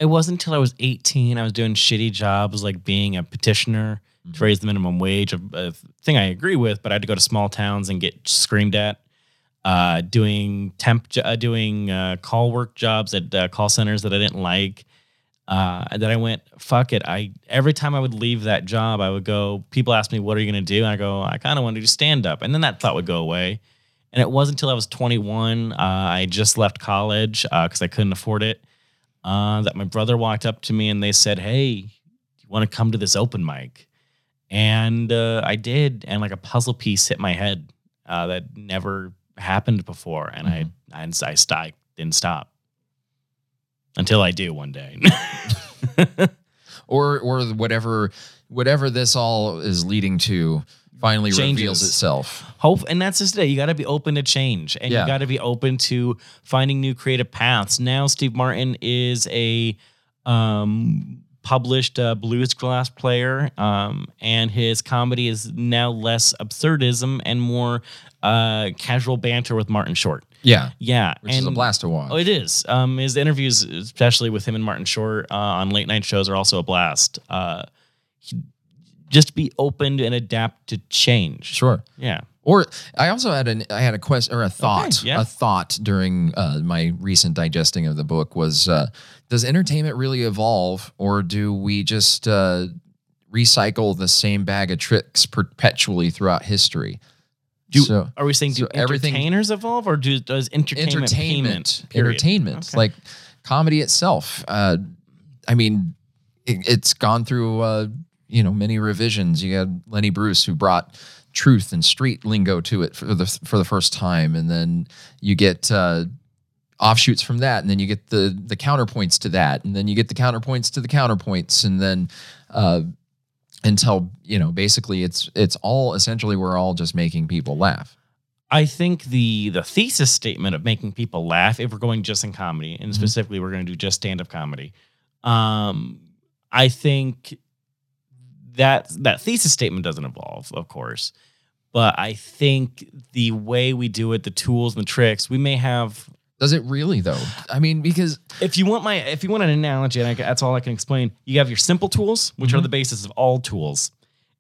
It wasn't until I was 18, I was doing shitty jobs like being a petitioner to raise the minimum wage, a, a thing I agree with, but I had to go to small towns and get screamed at. Uh, doing temp, jo- uh, doing uh, call work jobs at uh, call centers that I didn't like. uh, and then I went, fuck it. I every time I would leave that job, I would go. People ask me, "What are you gonna do?" And I go, "I kind of want to do stand up." And then that thought would go away. And it wasn't until I was 21, uh, I just left college because I couldn't afford it, uh, that my brother walked up to me and they said, "Hey, do you want to come to this open mic?" And uh, I did, and like a puzzle piece hit my head uh, that never happened before, and I I, I, st- I didn't stop until I do one day.
or or whatever whatever this all is leading to finally reveals
Changes.
itself.
Hope, and that's just it. You got to be open to change, and
Yeah.
you got to be open to finding new creative paths. Now, Steve Martin is a um, published uh, blues glass player, um, and his comedy is now less absurdism and more uh, casual banter with Martin Short.
Yeah,
Yeah,
which is a
and-
blast to watch.
Oh, it is. Um, his interviews, especially with him and Martin Short uh, on late night shows, are also a blast. Uh, he- just be open and adapt to change.
sure.
Yeah.
Or I also had an I had a question or a thought
Okay, yeah.
a thought during uh, my recent digesting of the book was uh, does entertainment really evolve or do we just uh, recycle the same bag of tricks perpetually throughout history?
Do
So-
are we saying do
so everything-
entertainers evolve or do does entertainment
entertainment,
payment, period?
entertainment,
Okay.
like comedy itself. Uh, I mean, it, it's gone through uh, you know many revisions. You had Lenny Bruce who brought truth and street lingo to it for the for the first time, and then you get. Uh, offshoots from that and then you get the the counterpoints to that and then you get the counterpoints to the counterpoints and then uh until you know basically it's it's all essentially we're all just making people laugh
I think the the thesis statement of making people laugh, if we're going just in comedy, and
Mhm.
specifically we're going to do just stand up comedy, um, I think that that thesis statement doesn't evolve, of course, but I think the way we do it, the tools and the tricks, we may have
does it really though i mean because
if you want my if you want an analogy and I, ca- that's all i can explain you have your simple tools which are
Mhm.
the basis of all tools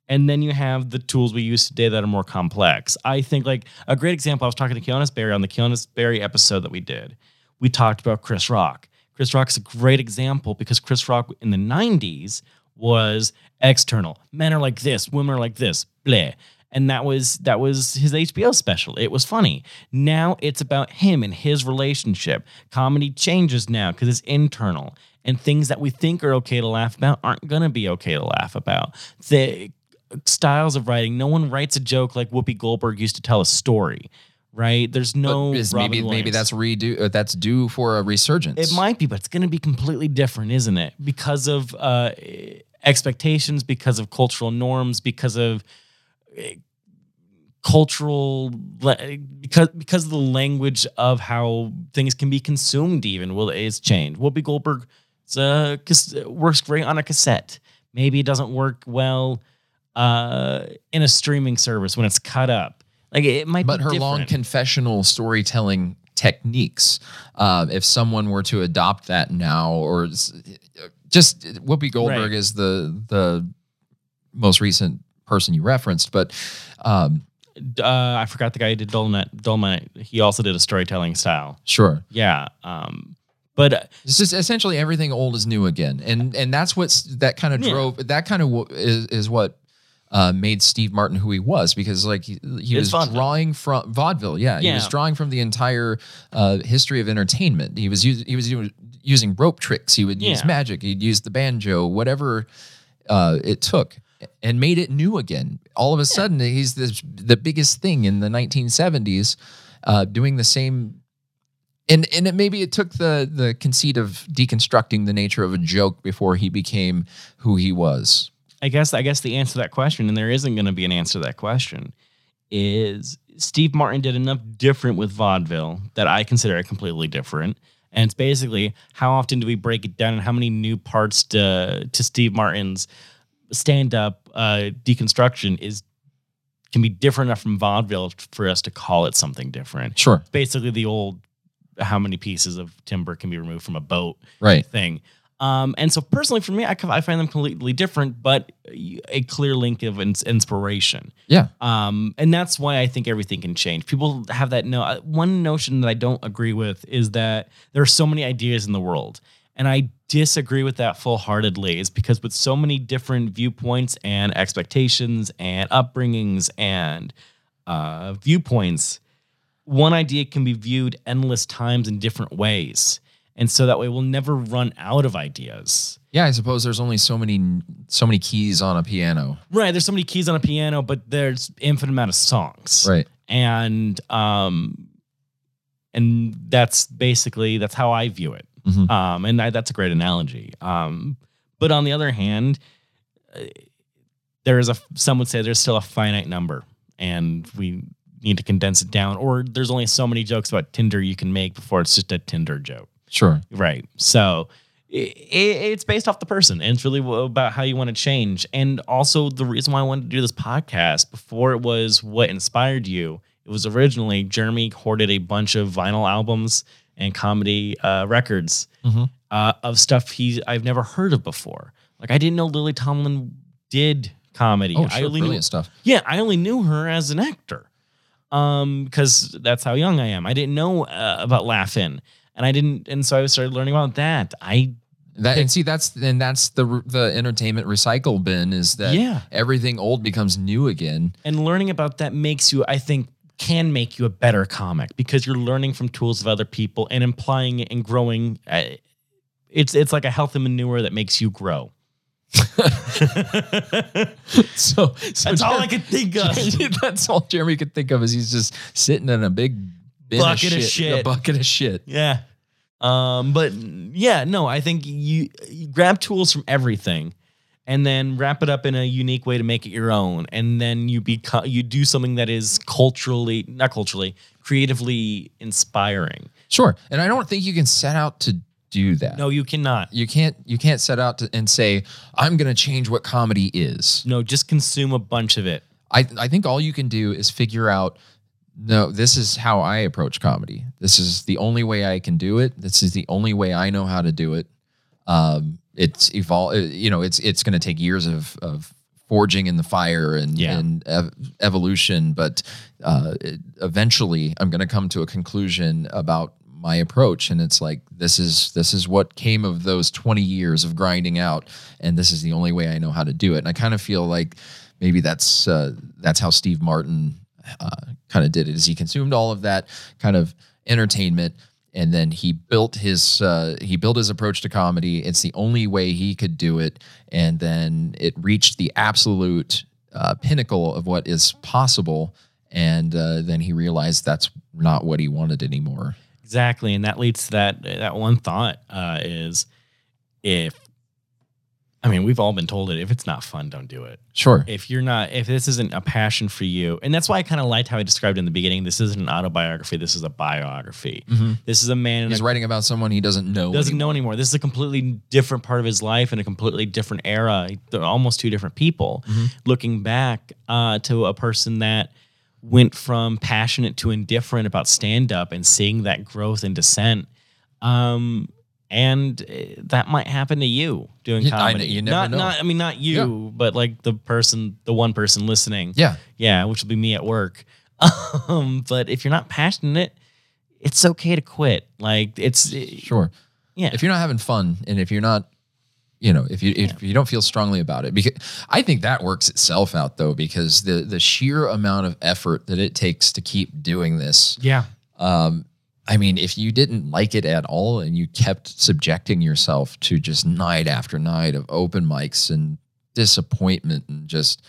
and then you have the tools we use today that are more complex i think like a great example i was talking to Keonis barry on the Keonis barry episode that we did we talked about chris rock chris rock's a great example because chris rock in the 90s was external men are like this women are like this bleh and that was that was his hbo special it was funny now it's about him and his relationship. Comedy changes now because it's internal, and things that we think are okay to laugh about aren't going to be okay to laugh about. The styles of writing, no one writes a joke like Whoopi Goldberg used to tell a story, right? There's
but
no
is
Robin
maybe maybe
Williams.
that's redo uh, that's due for a resurgence
It might be, but it's going to be completely different, isn't it? Because of uh, expectations, because of cultural norms, because of eh, cultural, le- because because of the language of how things can be consumed. Even will it's changed. Whoopi Goldberg uh, cas- works great on a cassette. Maybe it doesn't work well uh, in a streaming service when it's cut up. Like it might,
but
be
her long
different.
confessional storytelling techniques uh, if someone were to adopt that now or s- uh, just whoopi goldberg
Right.
is the the most recent person you referenced but um,
uh, I forgot the guy who did Dolomite. Dolomite. He also did a storytelling style.
sure
Yeah. Um, but uh,
It's just essentially everything old is new again, and and that's what's that kind of
Yeah.
drove that kind of is is what uh, made Steve Martin who he was because like he, he
It's
was
vaudeville.
drawing from vaudeville, yeah, he was
Yeah.
drawing from the entire uh, history of entertainment. He was us- he was u- using rope tricks, he would use
Yeah.
magic, he'd use the banjo, whatever uh, it took. And made it new again. All of a sudden, he's this, the biggest thing in the 1970s, uh, doing the same and and it, maybe it took the the conceit of deconstructing the nature of a joke before he became who he was.
I guess I guess the answer to that question, and there isn't going to be an answer to that question, is Steve Martin did enough different with vaudeville that I consider it completely different. And it's basically how often do we break it down, and how many new parts to to Steve Martin's stand up uh, deconstruction is can be different enough from vaudeville for us to call it something different.
Sure,
basically the old how many pieces of timber can be removed from a boat
right.
thing. Um, and so personally for me, I, I find them completely different, but a clear link of ins- inspiration.
Yeah,
Um, and that's why I think everything can change. People uh, have that no one notion that I don't agree with is that there are so many ideas in the world. And I disagree with that full heartedly. It's because with so many different viewpoints and expectations and upbringings and uh, viewpoints, one idea can be viewed endless times in different ways. And so that way we'll never run out of ideas.
Yeah, I suppose there's only so many so many keys on a piano.
Right. There's so many keys on a piano, but there's infinite amount of songs.
Right.
And um and that's basically that's how I view it.
Mhm.
Um and I, that's a great analogy. Um but on the other hand, uh, there is a some would say there's still a finite number and we need to condense it down or there's only so many jokes about Tinder you can make before it's just a Tinder joke.
Sure.
Right. So i i it's based off the person and it's really wh- about how you want to change. And also, the reason why I wanted to do this podcast before it was what inspired you, it was originally Jeremy hoarded a bunch of vinyl albums and comedy uh, records
Mhm.
uh, of stuff he I've never heard of before. Like, I didn't know Lily Tomlin did comedy.
Oh,
I
sure.
only knew
Brilliant stuff.
yeah, I only knew her as an actor. Um, because that's how young I am. I didn't know uh, about Laugh-In, and I didn't, and so I started learning about that. I
That and see that's and that's the the entertainment recycle bin is that
Yeah.
everything old becomes new again.
and learning about that makes you, I think, can make you a better comic because you're learning from tools of other people and implying it and growing. Uh, it's it's like a healthy manure that makes you grow.
So, so
That's all I
Jeremy-
could think of.
that's all Jeremy could think of is he's just sitting in a big bin
Bucket of
of
shit.
a bucket of shit.
Yeah. Um, but yeah, no, I think you, you grab tools from everything and then wrap it up in a unique way to make it your own. And then you become, you do something that is culturally, not culturally, creatively inspiring.
Sure. And I don't think you can set out to do that.
No, you cannot.
You can't you can't set out to, and say I'm going to change what comedy is.
No, just consume a bunch of it.
I I think all you can do is figure out no, this is how I approach comedy. This is the only way I can do it. This is the only way I know how to do it. Um, it's evolve. You know, it's it's going to take years of of forging in the fire and
Yeah.
and ev- evolution, but uh, it- eventually I'm going to come to a conclusion about my approach. And it's like this is this is what came of those 20 years of grinding out, and this is the only way I know how to do it. And I kind of feel like maybe that's uh, that's how Steve Martin uh, kind of did it is he consumed all of that kind of entertainment and then he built his uh, he built his approach to comedy it's the only way he could do it and then it reached the absolute uh, pinnacle of what is possible and uh, then he realized that's not what he wanted anymore
Exactly. And that leads to that, that one thought, uh, is if, I mean, we've all been told it, if it's not fun, don't do it.
sure
if you're not if this isn't a passion for you and that's why i kind of liked how i described in the beginning this isn't an autobiography this is a biography
Mhm.
this is a man in
he's
a,
writing about someone he doesn't know
Mm-hmm. doesn't
anymore.
know anymore this is a completely different part of his life and a completely different era they're almost two different people
Mhm.
looking back uh, to a person that went from passionate to indifferent about stand up and seeing that growth and descent um, and eh, that might happen to you doing
Yeah, I
comedy.
kn- you never
not,
know.
not I mean not you, but like the person, the one person listening.
yeah
Yeah, which will be me at work. Um, but if you're not passionate, it's okay to quit. Like it's
sure
yeah.
if you're not having fun and if you're not you know if you if you don't feel strongly about it because i think that works itself out though because the the sheer amount of effort that it takes to keep doing this
yeah.
um i mean if you didn't like it at all and you kept subjecting yourself to just night after night of open mics and disappointment and just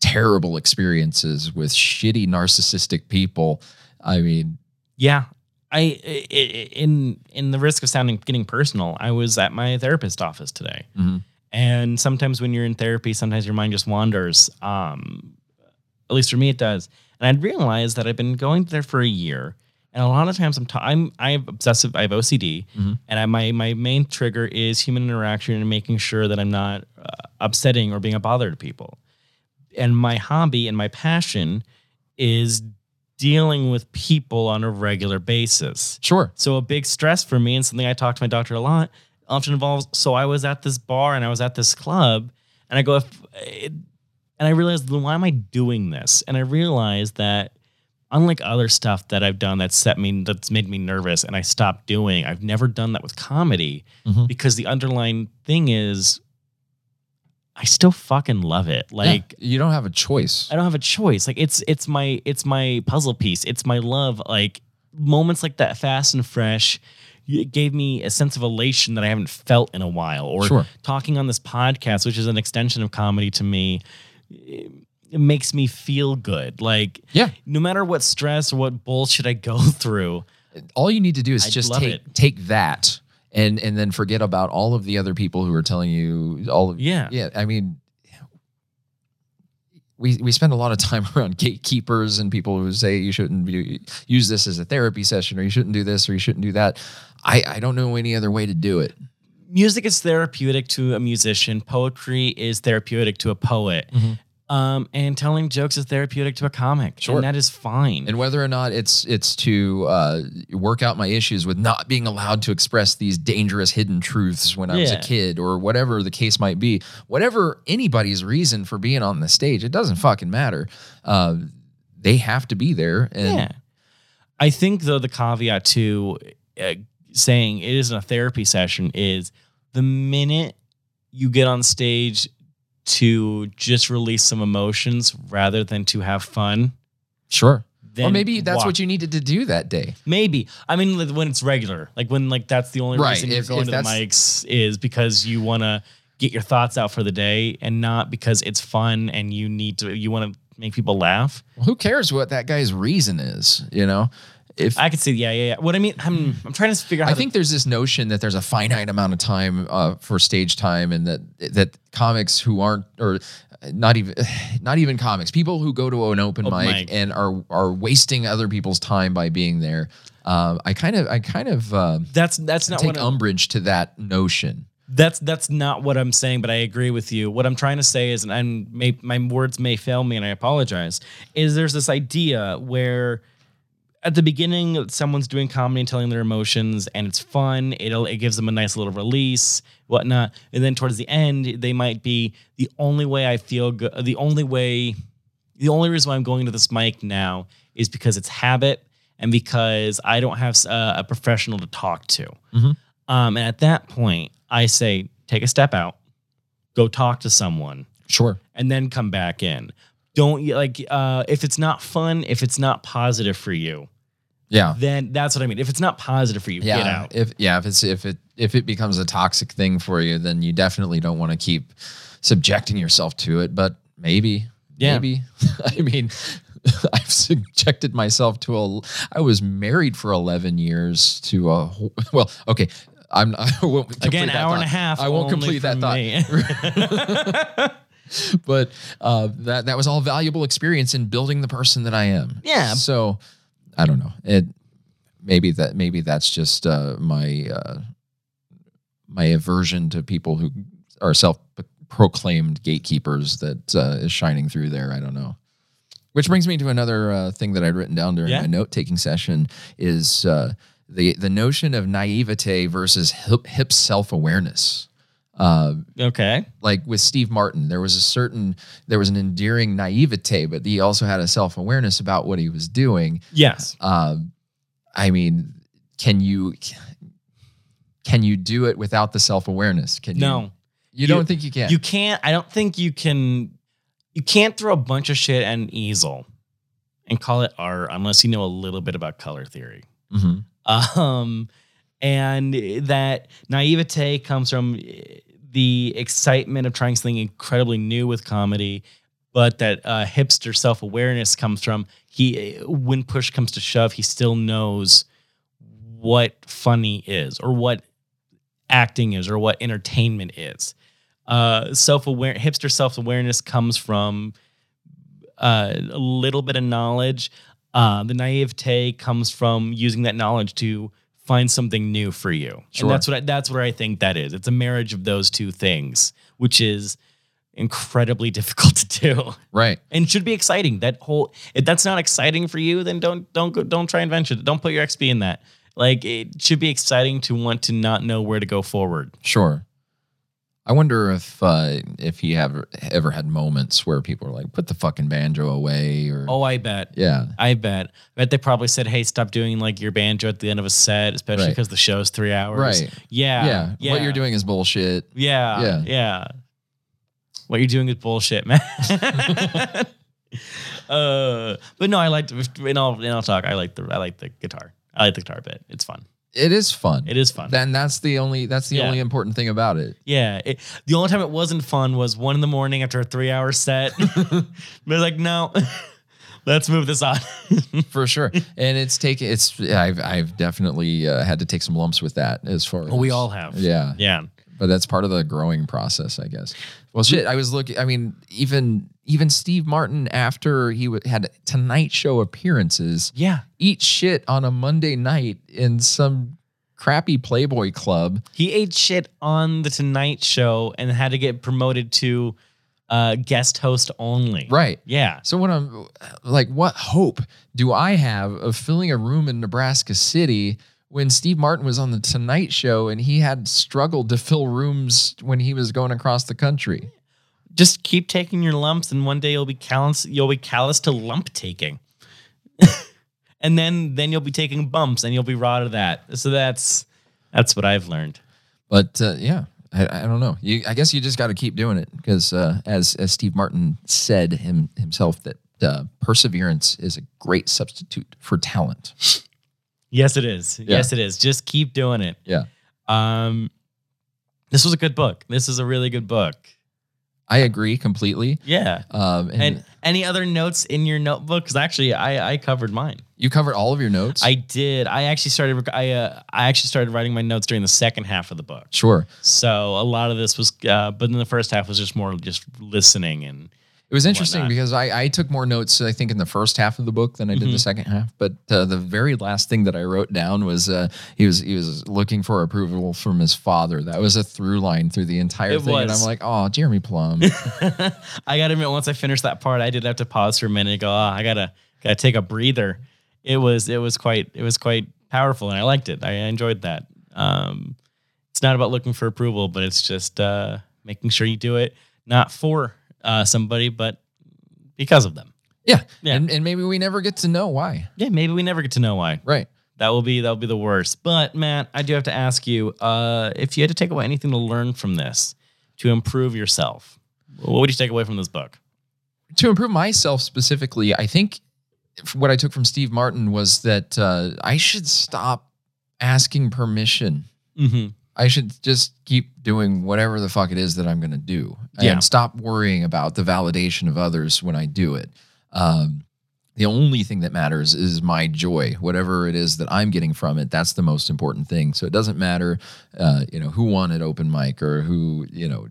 terrible experiences with shitty narcissistic people i mean
Yeah. I i- i- in in the risk of sounding getting personal, I was at my therapist office today.
Mhm.
And sometimes when you're in therapy, sometimes your mind just wanders. Um at least for me it does. And I'd realized that I've been going there for a year. And a lot of times I'm, ta- I'm I have obsessive I have OCD
Mhm.
and I, my my main trigger is human interaction and making sure that I'm not uh, upsetting or being a bother to people. And my hobby and my passion is dealing with people on a regular basis.
sure
So a big stress for me and something I talk to my doctor a lot often involves. So I was at this bar and I was at this club, and I go, eh," if, and I realized, then why am I doing this? And I realized that unlike other stuff that I've done that's set me that's made me nervous and I stopped doing, I've never done that with comedy
Mhm.
because the underlying thing is I still fucking love it. Like
Yeah, you don't have a choice.
I don't have a choice. Like it's it's my it's my puzzle piece. It's my love. Like moments like that, fast and fresh, it gave me a sense of elation that I haven't felt in a while. Or
Sure.
talking on this podcast, which is an extension of comedy to me, it, it makes me feel good. Like
Yeah.
no matter what stress or what bullshit I go through,
all you need to do is
I'd
just
love
take
it.
take that and and then forget about all of the other people who are telling you all of
Yeah.
yeah i mean we, we spend a lot of time around gatekeepers and people who say you shouldn't be, use this as a therapy session or you shouldn't do this or you shouldn't do that. I, I don't know any other way to do it.
Mm-hmm. music is therapeutic to a musician. Poetry is therapeutic to a poet.
Mhm.
Um, and telling jokes is therapeutic to a comic.
Sure.
And that is fine.
And whether or not it's it's to uh, work out my issues with not being allowed to express these dangerous hidden truths when I was a
Yeah.
kid, or whatever the case might be, whatever anybody's reason for being on the stage, it doesn't fucking matter. Uh, they have to be there, and
yeah. I think though the caveat to uh, saying it isn't a therapy session is the minute you get on stage to just release some emotions rather than to have fun.
sure.
Then
or maybe that's
walk.
what you needed to do that day.
Maybe I mean like, when it's regular, like when like that's the only
Right,
reason you
if-
go
if
into the
that's-
mics is because you want to get your thoughts out for the day and not because it's fun and you need to you want to make people laugh.
Well, who cares what that guy's reason is? You know, if
I could see, yeah, yeah, yeah. What I mean, I'm I'm trying to figure
I
out. how to-
think there's this notion that there's a finite amount of time uh, for stage time, and that that comics who aren't or not even not even comics, people who go to an open
Open
mic,
mic.
and are are wasting other people's time by being there. Um, I kind of I kind of um
that's that's not
take
what I'm-
umbrage to that notion.
That's that's not what I'm saying, but I agree with you. What I'm trying to say is, and I'm, may, my words may fail me, and I apologize. Is there's this idea where at the beginning someone's doing comedy and telling their emotions, and it's fun. It'll it gives them a nice little release, whatnot, and then towards the end they might be the only way I feel good. The only way, the only reason why I'm going to this mic now is because it's habit, and because I don't have uh, a professional to talk to. Um, and at that point, I say, take a step out, go talk to someone,
Sure.
and then come back in. Don't you like uh, if it's not fun, if it's not positive for you,
Yeah.
then that's what I mean. If it's not positive for you,
Yeah.
get out.
If yeah, if it's if it if it becomes a toxic thing for you, then you definitely don't want to keep subjecting yourself to it. But maybe,
Yeah.
maybe. I mean, I've subjected myself to a. I was married for eleven years to a. wh- Well, okay. I'm. I won't complete
Again,
that
hour and a
thought.
half.
I won't
only
complete that
from
thought
me.
but uh, that that was all valuable experience in building the person that I am.
Yeah.
So I don't know. It maybe that maybe that's just uh, my uh, my aversion to people who are self proclaimed gatekeepers that uh, is shining through there. I don't know. Which brings me to another uh, thing that I'd written down during
Yeah.
my note taking session is uh, the the notion of naivete versus hip, hip self awareness. Uh,
okay.
like with Steve Martin, there was a certain, there was an endearing naivete, but he also had a self awareness about what he was doing.
Yes.
Um, I mean, can you, can you do it without the self awareness? Can
No.
you? You don't think you can?
You can't. I don't think you can. You can't throw a bunch of shit at an easel and call it art unless you know a little bit about color theory.
Mhm.
um, and that naivete comes from eh, the excitement of trying something incredibly new with comedy but that uh, hipster self-awareness comes from he eh, when push comes to shove he still knows what funny is or what acting is or what entertainment is uh, self-aware hipster self-awareness comes from uh, a little bit of knowledge uh, the naivete comes from using that knowledge to find something new for you.
Sure.
And that's what I, that's what I think that is. It's a marriage of those two things, which is incredibly difficult to do
Right.
and should be exciting. That whole if that's not exciting for you, then don't don't go, don't try and venture. Don't put your XP in that. Like it should be exciting to want to not know where to go forward.
Sure. I wonder if uh, if he ever ever had moments where people were like, "Put the fucking banjo away," or
Oh, I bet.
yeah,
I bet. I bet they probably said, "Hey, stop doing like your banjo at the end of a set, especially
Right.
because the show's three hours."
Right.
Yeah.
yeah, What you're doing is bullshit.
Yeah.
Yeah.
Yeah. What you're doing is bullshit, man. uh, but no, I liked in all in all talk. I like the I like the guitar. I like the guitar bit. It's fun.
It is fun.
It is fun.
Then that's the only that's the
Yeah.
only important thing about it.
yeah. It, the only time it wasn't fun was one in the morning after a three hour set. They're like, no, let's move this on.
for sure. And it's taken. It's I've I've definitely uh, had to take some lumps with that as far.
we
as-
all have.
Yeah,
yeah.
but that's part of the growing process, I guess. Well, shit. I was looking. I mean, even even Steve Martin after he w- had Tonight Show appearances,
Yeah.
eat shit on a Monday night in some crappy Playboy club.
He ate shit on the Tonight Show and had to get promoted to uh, guest host only.
Right.
Yeah.
So when I'm like, what hope do I have of filling a room in Nebraska City when Steve Martin was on the Tonight Show and he had struggled to fill rooms when he was going across the country?
Just keep taking your lumps, and one day you'll be callous. You'll be callous to lump taking, and then then you'll be taking bumps, and you'll be raw to that. So that's that's what I've learned.
But uh, yeah, I, I don't know. You, I guess you just got to keep doing it because, uh, as as Steve Martin said him, himself, that uh, perseverance is a great substitute for talent.
Yes, it is. Yes, it is. Just keep doing it.
Yeah.
Um, this was a good book. This is a really good book.
I agree completely.
Yeah.
Um, and,
And any other notes in your notebook? Because actually, I I covered mine.
you covered all of your notes.
I did. I actually started. rec- I uh, I actually started writing my notes during the second half of the book.
sure.
So a lot of this was, uh, but then the first half was just more just listening and
It was interesting
whatnot.
because I, I took more notes, I think, in the first half of the book than I did the
Mhm.
second half. But uh, the very last thing that I wrote down was uh, he was he was looking for approval from his father. That was a through line through the entire
It
thing. And I'm
was.
like, oh, Jeremy Plum.
I gotta admit, once I finished that part, I did have to pause for a minute and go, ah, I gotta gotta take a breather. It was it was quite it was quite powerful and I liked it. I enjoyed that. Um, it's not about looking for approval, but it's just uh, making sure you do it not for uh, somebody, but because of them.
yeah.
Yeah.
And, and maybe we never get to know why.
Yeah, maybe we never get to know why.
Right.
That will be that will be the worst. But Matt, I do have to ask you, uh, if you had to take away anything to learn from this to improve yourself, what would you take away from this book?
to improve myself specifically, I think f- what I took from Steve Martin was that uh, I should stop asking permission.
Mm-hmm.
I should just keep doing whatever the fuck it is that I'm going to do
Yeah.
and stop worrying about the validation of others when I do it. Um, the only thing that matters is my joy, whatever it is that I'm getting from it. That's the most important thing. So it doesn't matter, uh, you know, who won at open mic or who, you know,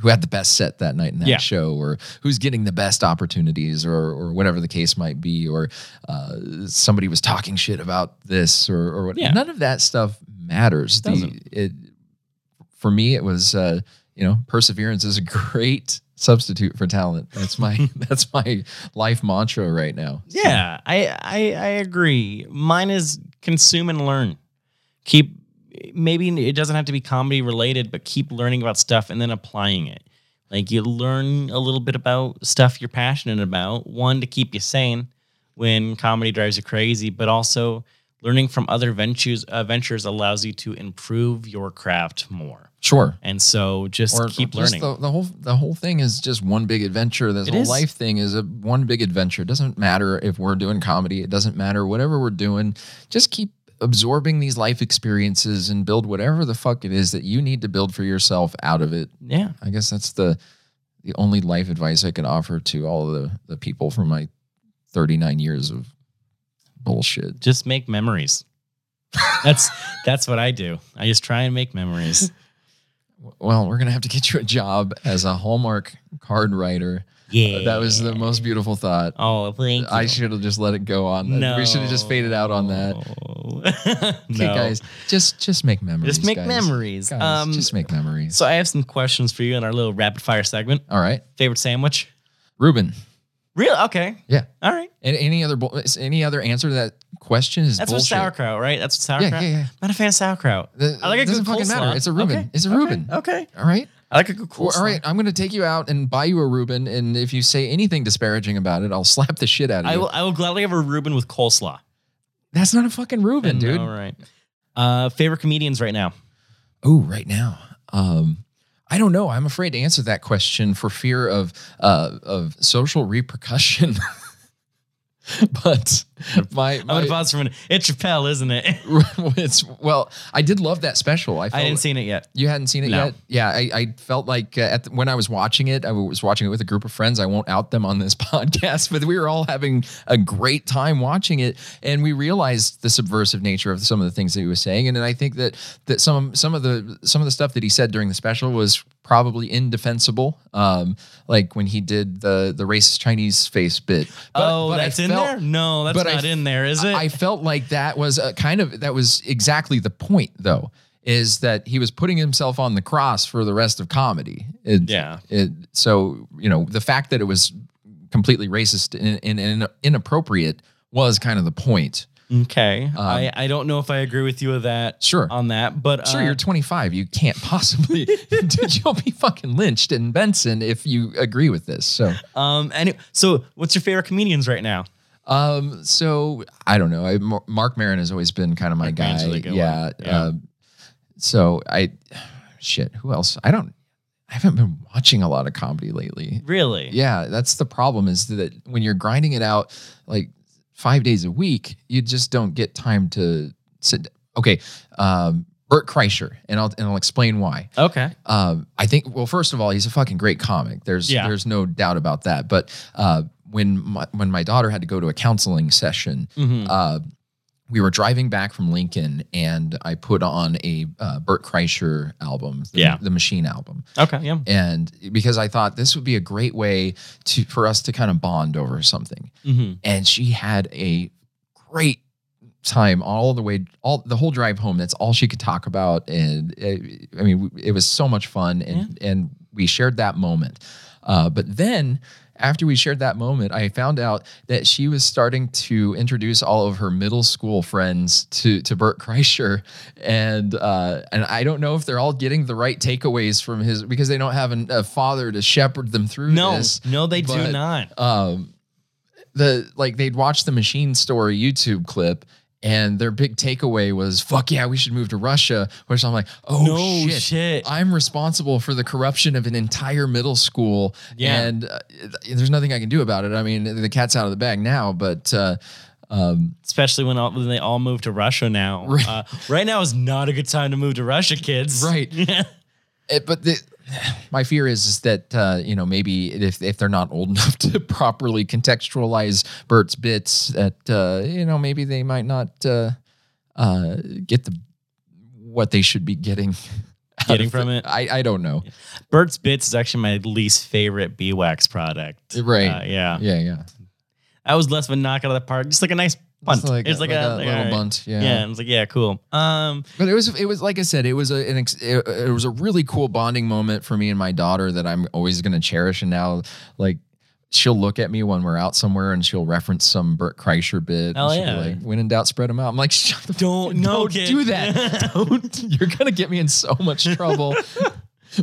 who had the best set that night in that
Yeah.
show or who's getting the best opportunities or, or whatever the case might be, or uh, somebody was talking shit about this or, or what.
Yeah.
None of that stuff matters
It doesn't.
the it for me it was uh you know perseverance is a great substitute for talent that's my that's my life mantra right now So,
Yeah, I, I I agree. Mine is consume and learn. Keep maybe it doesn't have to be comedy related, but keep learning about stuff and then applying it. Like you learn a little bit about stuff you're passionate about. One to keep you sane when comedy drives you crazy, but also learning from other ventures uh, ventures allows you to improve your craft more.
sure
And so just keep
just
learning.
the, the whole the whole thing is just one big adventure this
It
whole
is.
life thing is a one big adventure it doesn't matter if we're doing comedy it doesn't matter whatever we're doing just keep absorbing these life experiences and build whatever the fuck it is that you need to build for yourself out of it
yeah.
I guess that's the the only life advice I can offer to all the the people from my 39 years of bullshit.
just make memories. That's that's what I do. I just try and make memories.
Well, we're gonna have to get you a job as a Hallmark card writer.
Yeah,
That was the most beautiful thought.
Oh, thank you.
I should have just let it go on. that.
No,
We should have just faded out on that. Okay,
no,
guys, just just make memories.
just make
guys.
memories.
Guys,
um,
just make memories.
so I have some questions for you in our little rapid fire segment.
All right,
Favorite sandwich?
Ruben.
Real? Okay.
Yeah.
All right.
And any other bull- is any other answer to that question is
That's
bullshit.
what sauerkraut, right? That's what
Yeah,
sauerkraut.
yeah, yeah.
Not a fan of sauerkraut.
The-
I like a
doesn't
good
fucking
coleslaw.
matter. It's a Reuben.
Okay,
It's a
okay, Oh,
Reuben.
Okay.
All right.
I like a good cool.
Well, all right, I'm going to take you out and buy you a Reuben, and if you say anything disparaging about it, I'll slap the shit out of
I
you.
will. I will gladly have a Reuben with coleslaw.
That's not a fucking Reuben, dude.
All right. Uh, favorite comedians right now.
Ooh, right now. Um, I don't know. I'm afraid to answer that question for fear of uh, of social repercussion. but my,
I'm
my
gonna pause for a minute. It's Chappelle, isn't it?
it's well, I did love that special. I,
I
felt
didn't see it yet.
You hadn't seen it
No.
yet? Yeah, I, I felt like uh, at the, when I was watching it, I was watching it with a group of friends. I won't out them on this podcast, but we were all having a great time watching it, and we realized the subversive nature of some of the things that he was saying. And then I think that that some some of the some of the stuff that he said during the special was probably indefensible, um, like when he did the the racist Chinese face bit. But-
oh,
but I
that's in
felt-
there. No, that's
but I
not in there, is it?
I I felt like that was a kind of that was exactly the point, though, is that he was putting himself on the cross for the rest of comedy. It-
Yeah.
It, so you know the fact that it was completely racist and, and, and inappropriate was kind of the point.
okay. I, I don't know if I agree with you with that.
Um, Sure.
On that, but
Sure,
uh,
you're 25. You can't possibly. dude, you'll be fucking lynched in Benson if you agree with this. So,
um. Any, so, what's your favorite comedians right now?
um, so I don't know. I, Mar- Mark Maron has always been kind of my
Mark
guy.
Maron's really good
yeah.
one. Yeah.
um, so I, shit. Who else? I don't. I haven't been watching a lot of comedy lately.
Really?
Yeah, that's the problem. Is that when you're grinding it out like five days a week, you just don't get time to sit. Okay. Um, Bert Kreischer, and I'll and I'll explain why
Okay.
um, I think well, first of all, he's a fucking great comic. There's
Yeah.
there's no doubt about that. But uh, when my, when my daughter had to go to a counseling session,
hmm
uh, we were driving back from Lincoln, and I put on a uh, Burt Kreischer album, the-
Yeah.
the Machine album,
Okay. Yeah.
and because I thought this would be a great way to for us to kind of bond over something,
hmm
and she had a great time all the way all the whole drive home that's all she could talk about and uh, i mean it was so much fun and and we shared that moment uh, but then after we shared that moment i found out that she was starting to introduce all of her middle school friends to to bert kreischer and uh, and i don't know if they're all getting the right takeaways from his because they don't have an, a father to shepherd them through
No.
this
no, they
but-
do not.
um the like they'd watch the machine story YouTube clip and their big takeaway was fuck yeah we should move to Russia which I'm like oh
no
shit, I'm responsible for the corruption of an entire middle school
Yeah.
and uh, there's nothing I can do about it I mean the cat's out of the bag now but uh um
Especially when, all, when they all move to Russia now.
Right.
Uh, right now is not a good time to move to Russia, kids.
Right. it, but the my fear is, is that uh, you know maybe if, if they're not old enough to properly contextualize Bert's bits, that uh, you know maybe they might not uh, uh, get the what they should be getting out
Getting
of
from it.
I I don't know.
Burt's Bits is actually my least favorite B wax product.
Right.
Uh, yeah.
Yeah, yeah.
I was less of a knock out of the park. Just like a nice bunt.
It's like,
it's like, a, like,
little
all right.
bunt.
Yeah. I was like, yeah, cool. Um,
But it was it was like I said, it was a an ex, it, it was a really cool bonding moment for me and my daughter that I'm always gonna cherish. And now, like, she'll look at me when we're out somewhere and she'll reference some Burt Kreischer bit.
Hell
and she'll be
yeah.
like, when in doubt, spread them out. I'm like, shut the
don't no,
don't
kid.
do that. don't. You're gonna get me in so much trouble.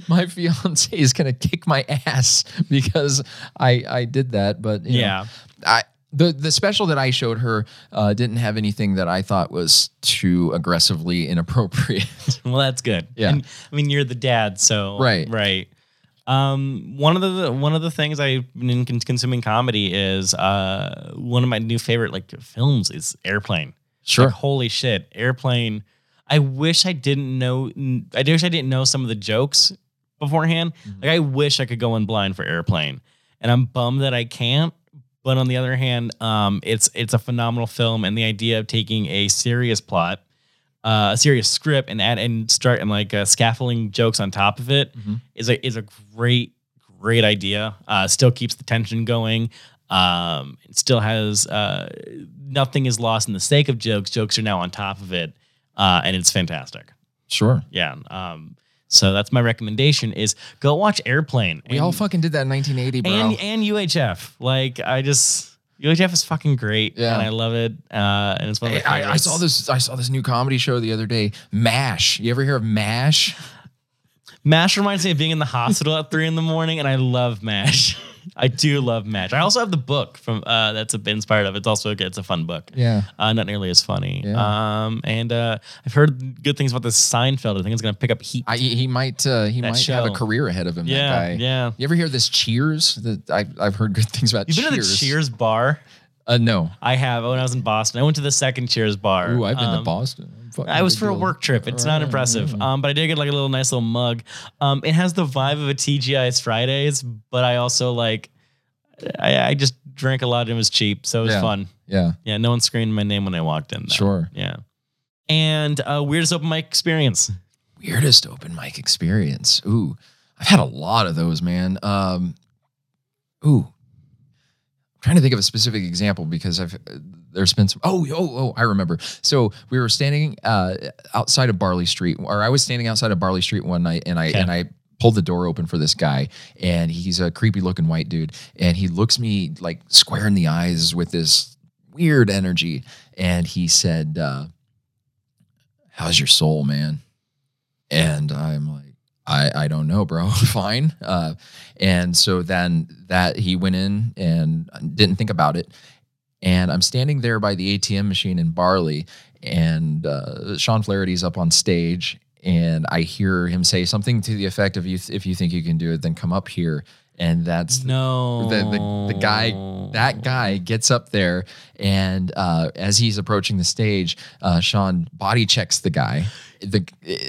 my fiance is gonna kick my ass because I I did that. But you know,
Yeah.
I. The, the special that I showed her uh, didn't have anything that I thought was too aggressively inappropriate.
Well, that's good.
Yeah.
And, I mean, you're the dad, so
Right.
right. Um, one of the one of the things I've been in con- consuming comedy is uh one of my new favorite like films is Airplane.
sure.
Like, holy shit, Airplane. I wish I didn't know. I wish I didn't know some of the jokes beforehand.
Mhm.
Like I wish I could go in blind for Airplane, and I'm bummed that I can't. But on the other hand, um, it's it's a phenomenal film, and the idea of taking a serious plot, uh, a serious script, and add and start and like uh, scaffolding jokes on top of it
Mhm.
is a is a great great idea. Uh, still keeps the tension going. Um, it still has uh, nothing is lost in the sake of jokes. Jokes are now on top of it, uh, and it's fantastic.
Sure.
Yeah. Um, so that's my recommendation: is go watch Airplane.
We all fucking did that in 1980, bro.
and and UHF. Like I just UHF is fucking great,
Yeah.
and I love it. Uh, and it's one of my
I, I- I saw
favorites.
this. I saw this new comedy show the other day, Mash. You ever hear of Mash?
Mash reminds me of being in the hospital at three in the morning, and I love Mash. I do love Mash. I also have the book from uh, that's been inspired of. it. It's also a good, it's a fun book.
Yeah.
Uh, not nearly as funny.
Yeah.
Um, and uh, I've heard good things about this Seinfeld. I think it's gonna pick up heat.
I, he might uh, he
That
might have a
show.
career ahead of him.
Yeah,
that guy.
yeah.
You ever hear this Cheers? That I I've heard good things about.
You've
Cheers.
been to the Cheers bar.
Uh, no.
I have. When I was in Boston, I went to the second Cheers bar.
Ooh, I've been to
Um,
Boston. Fucking
I was
big
for a
deal.
work trip. It's not impressive. Um, but I did get like a little nice little mug. Um, it has the vibe of a TGI's Fridays, but I also like, I, I just drank a lot and it was cheap, so it was
Yeah.
fun.
Yeah,
Yeah, no one screamed my name when I walked in. Though.
sure.
Yeah. And uh, weirdest open mic experience.
weirdest open mic experience. Ooh, I've had a lot of those, man. Um, ooh, I'm trying to think of a specific example because I've uh, there's been some. Oh, oh, oh, I remember. So we were standing uh, outside of Barley Street, or I was standing outside of Barley Street one night, and I
Okay.
and I pulled the door open for this guy and he's a creepy looking white dude and he looks me like square in the eyes with this weird energy and he said uh, how's your soul man and I'm like, I, I don't know, bro. Fine. Uh, and so then that he went in and didn't think about it. And I'm standing there by the ATM machine in Barley, and uh, Sean Flaherty's up on stage, and I hear him say something to the effect of, "You if you think you can do it, then come up here." And that's
No.
the, the, the guy that guy gets up there and uh, as he's approaching the stage uh, sean body checks the guy the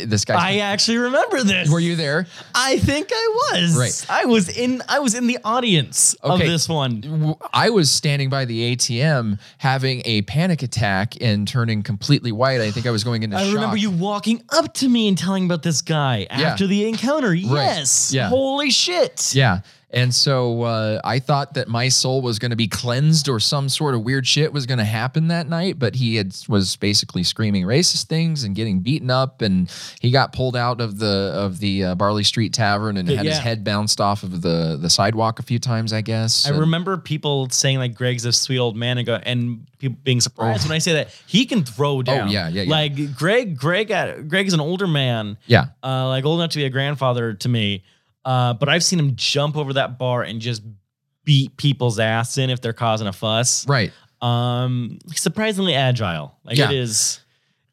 this
I
guy
actually remember this.
were you there
I think I was.
Right.
I was in. I was in the audience of
Okay.
this one.
W- I was standing by the ATM having a panic attack and turning completely white. I think I was going into
I
shock.
remember you walking up to me and telling about this guy after the encounter. Yes.
Yeah.
Holy shit.
Yeah. And so uh, I thought that my soul was going to be cleansed or some sort of weird shit was going to happen that night, but he had was basically screaming racist things and getting beaten up, and he got pulled out of the of the uh, Barley Street Tavern and
Yeah,
had his
yeah.
head bounced off of the the sidewalk a few times, I guess.
I
And-
remember people saying like Greg's a sweet old man and, go, and people being surprised when I say that he can throw down.
Oh, yeah, yeah, yeah.
Like Greg, Greg, got, Greg is an older man,
Yeah.
uh, like old enough to be a grandfather to me. Uh, but I've seen him jump over that bar and just beat people's ass in if they're causing a fuss.
Right.
Um, surprisingly agile. Like
Yeah.
it is.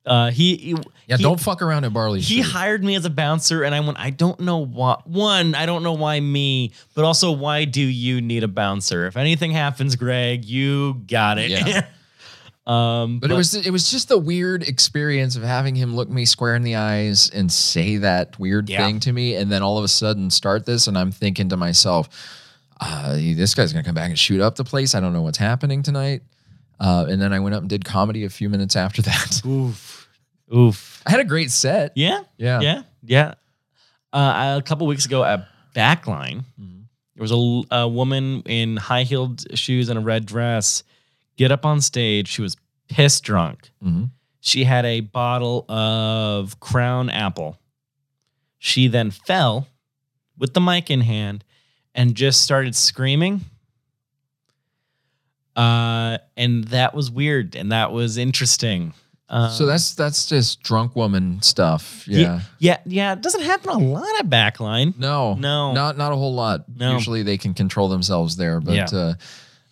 Uh, he, he-
Yeah.
he-
don't fuck around at Barley Street.
He hired me as a bouncer, and I went, I don't know why. One, I don't know why me, but also, why do you need a bouncer? If anything happens, Greg, you got it.
Yeah.
um,
But, it was it was just the weird experience of having him look me square in the eyes and say that weird
Yeah.
thing to me, and then all of a sudden start this, and I'm thinking to myself, uh, this guy's gonna come back and shoot up the place. I don't know what's happening tonight. Uh, and then I went up and did comedy a few minutes after that.
oof, oof.
I had a great set.
Yeah,
Yeah.
yeah, yeah. Uh, I- a couple weeks ago at Backline,
Mhm.
there was a, l- a woman in high heeled shoes and a red dress get up on stage. She was piss drunk.
Mhm.
She had a bottle of Crown Apple. She then fell with the mic in hand and just started screaming. Uh, and that was weird and that was interesting. Um,
so that's that's just drunk woman stuff. Yeah.
Ye- yeah, yeah. It doesn't happen a lot at Backline.
No.
No.
Not not a whole lot.
No.
Usually they can control themselves there, but
Yeah.
uh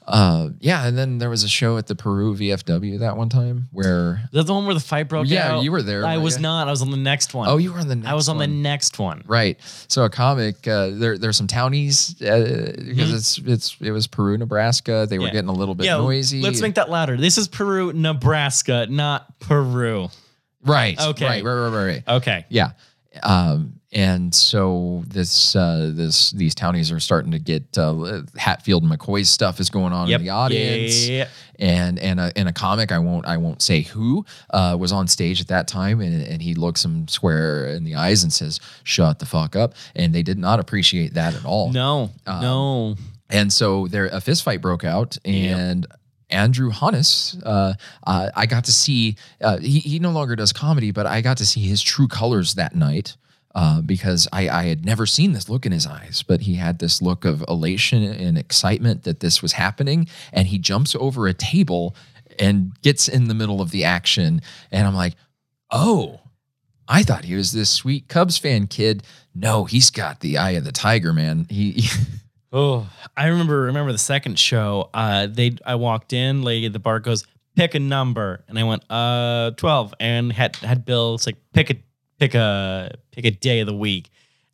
uh yeah, and then there was a show at the Peru VFW that one time where
That's the one where the fight broke out.
Yeah, you were there.
I
right?
was not. I was on the next one.
Oh, you were on the next
I was on the
one.
next one.
Right. So a comic uh there there's some townies uh, because it's it's it was Peru, Nebraska. They were
Mm-hmm. Yeah.
getting a little bit
Yeah,
noisy.
Let's make that louder. This is Peru, Nebraska, not Peru.
Right.
Okay.
Right, right, right, right. right.
Okay.
Yeah. Um, and so this uh, this these townies are starting to get uh, Hatfield and McCoy's stuff is going on in the audience.
Yeah.
and and a, and a comic I won't I won't say who uh, was on stage at that time and, and he looks him square in the eyes and says shut the fuck up and they did not appreciate that at all
No.
Um,
no.
and so there a fist fight broke out
Yep.
and Andrew Hannes, uh, uh, I got to see uh, he he no longer does comedy but I got to see his true colors that night. Uh, because I, I had never seen this look in his eyes, but he had this look of elation and excitement that this was happening. And he jumps over a table and gets in the middle of the action. And I'm like, oh, I thought he was this sweet Cubs fan kid. No, he's got the eye of the tiger, man. He
Oh, I remember remember the second show. Uh, they I walked in, lady at the bar goes, pick a number, and I went, uh, twelve, and had had Bill it's like pick a pick a pick a day of the week,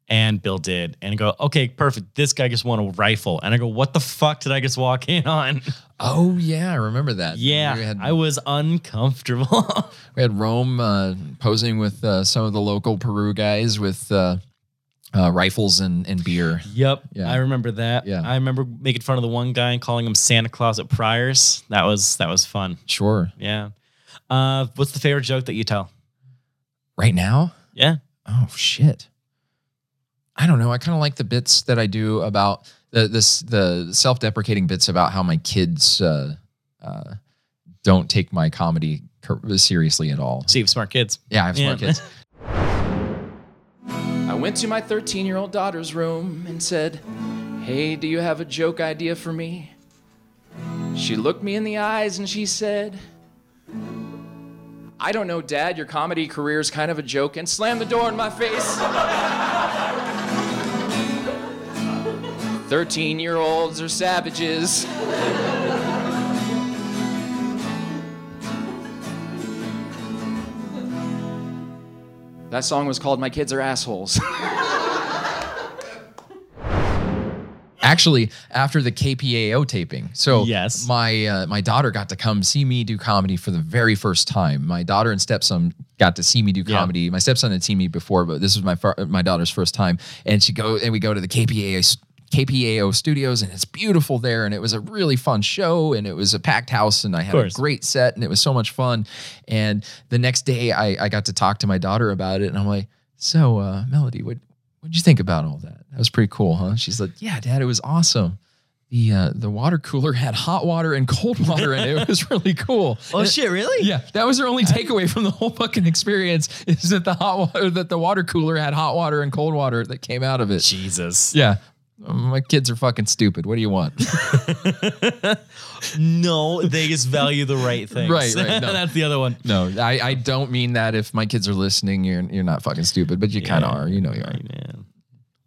and Bill did, and I go, okay, perfect. This guy just won a rifle, and I go, what the fuck did I just walk in on?
Oh yeah, I remember that. we
yeah,
had,
I was uncomfortable.
we had Rome uh, posing with uh, some of the local Peru guys with uh, uh, rifles and, and beer.
yep,
Yeah.
I remember that.
Yeah.
I remember making fun of the one guy and calling him Santa Claus at Priors. That was that was fun.
Sure.
Yeah. Uh, what's the favorite joke that you tell?
Right now?
Yeah.
Oh shit. I don't know. I kind of like the bits that I do about the this the self-deprecating bits about how my kids uh, uh, don't take my comedy cur- seriously at all.
See, smart kids.
Yeah, I have smart
Yeah.
kids. I went to my 13 year old daughter's room and said, Hey, do you have a joke idea for me? She looked me in the eyes and she said, I don't know, Dad, your comedy career's kind of a joke, and slammed the door in my face. 13 year olds are savages. That song was called My Kids Are Assholes. Actually, after the KPAO taping, so
Yes.
my uh, my daughter got to come see me do comedy for the very first time. My daughter and stepson got to see me do
Yeah.
comedy. My stepson had seen me before, but this was my fir- my daughter's first time. And she go and we go to the KPAO s- KPAO studios, and it's beautiful there. And it was a really fun show, and it was a packed house, and I had a
course.
great great set and it was so much fun. And the next day I, I got to talk to my daughter about it and I'm like, so uh, Melody, what what'd you think about all that? That was pretty cool, huh? She's like, Yeah, dad, it was awesome. The uh, the water cooler had hot water and cold water in it. It was really cool. And-
Oh, shit, really?
yeah, that was her only takeaway from the whole fucking experience is that the hot water that the water cooler had hot water and cold water that came out of it.
Jesus.
Yeah. My kids are fucking stupid. What do you want?
No, they just value the right things.
Right, right, no.
That's the other one.
No, I, I don't mean that. If my kids are listening, you're you're not fucking stupid, but you kind of are. You know you are.
Man.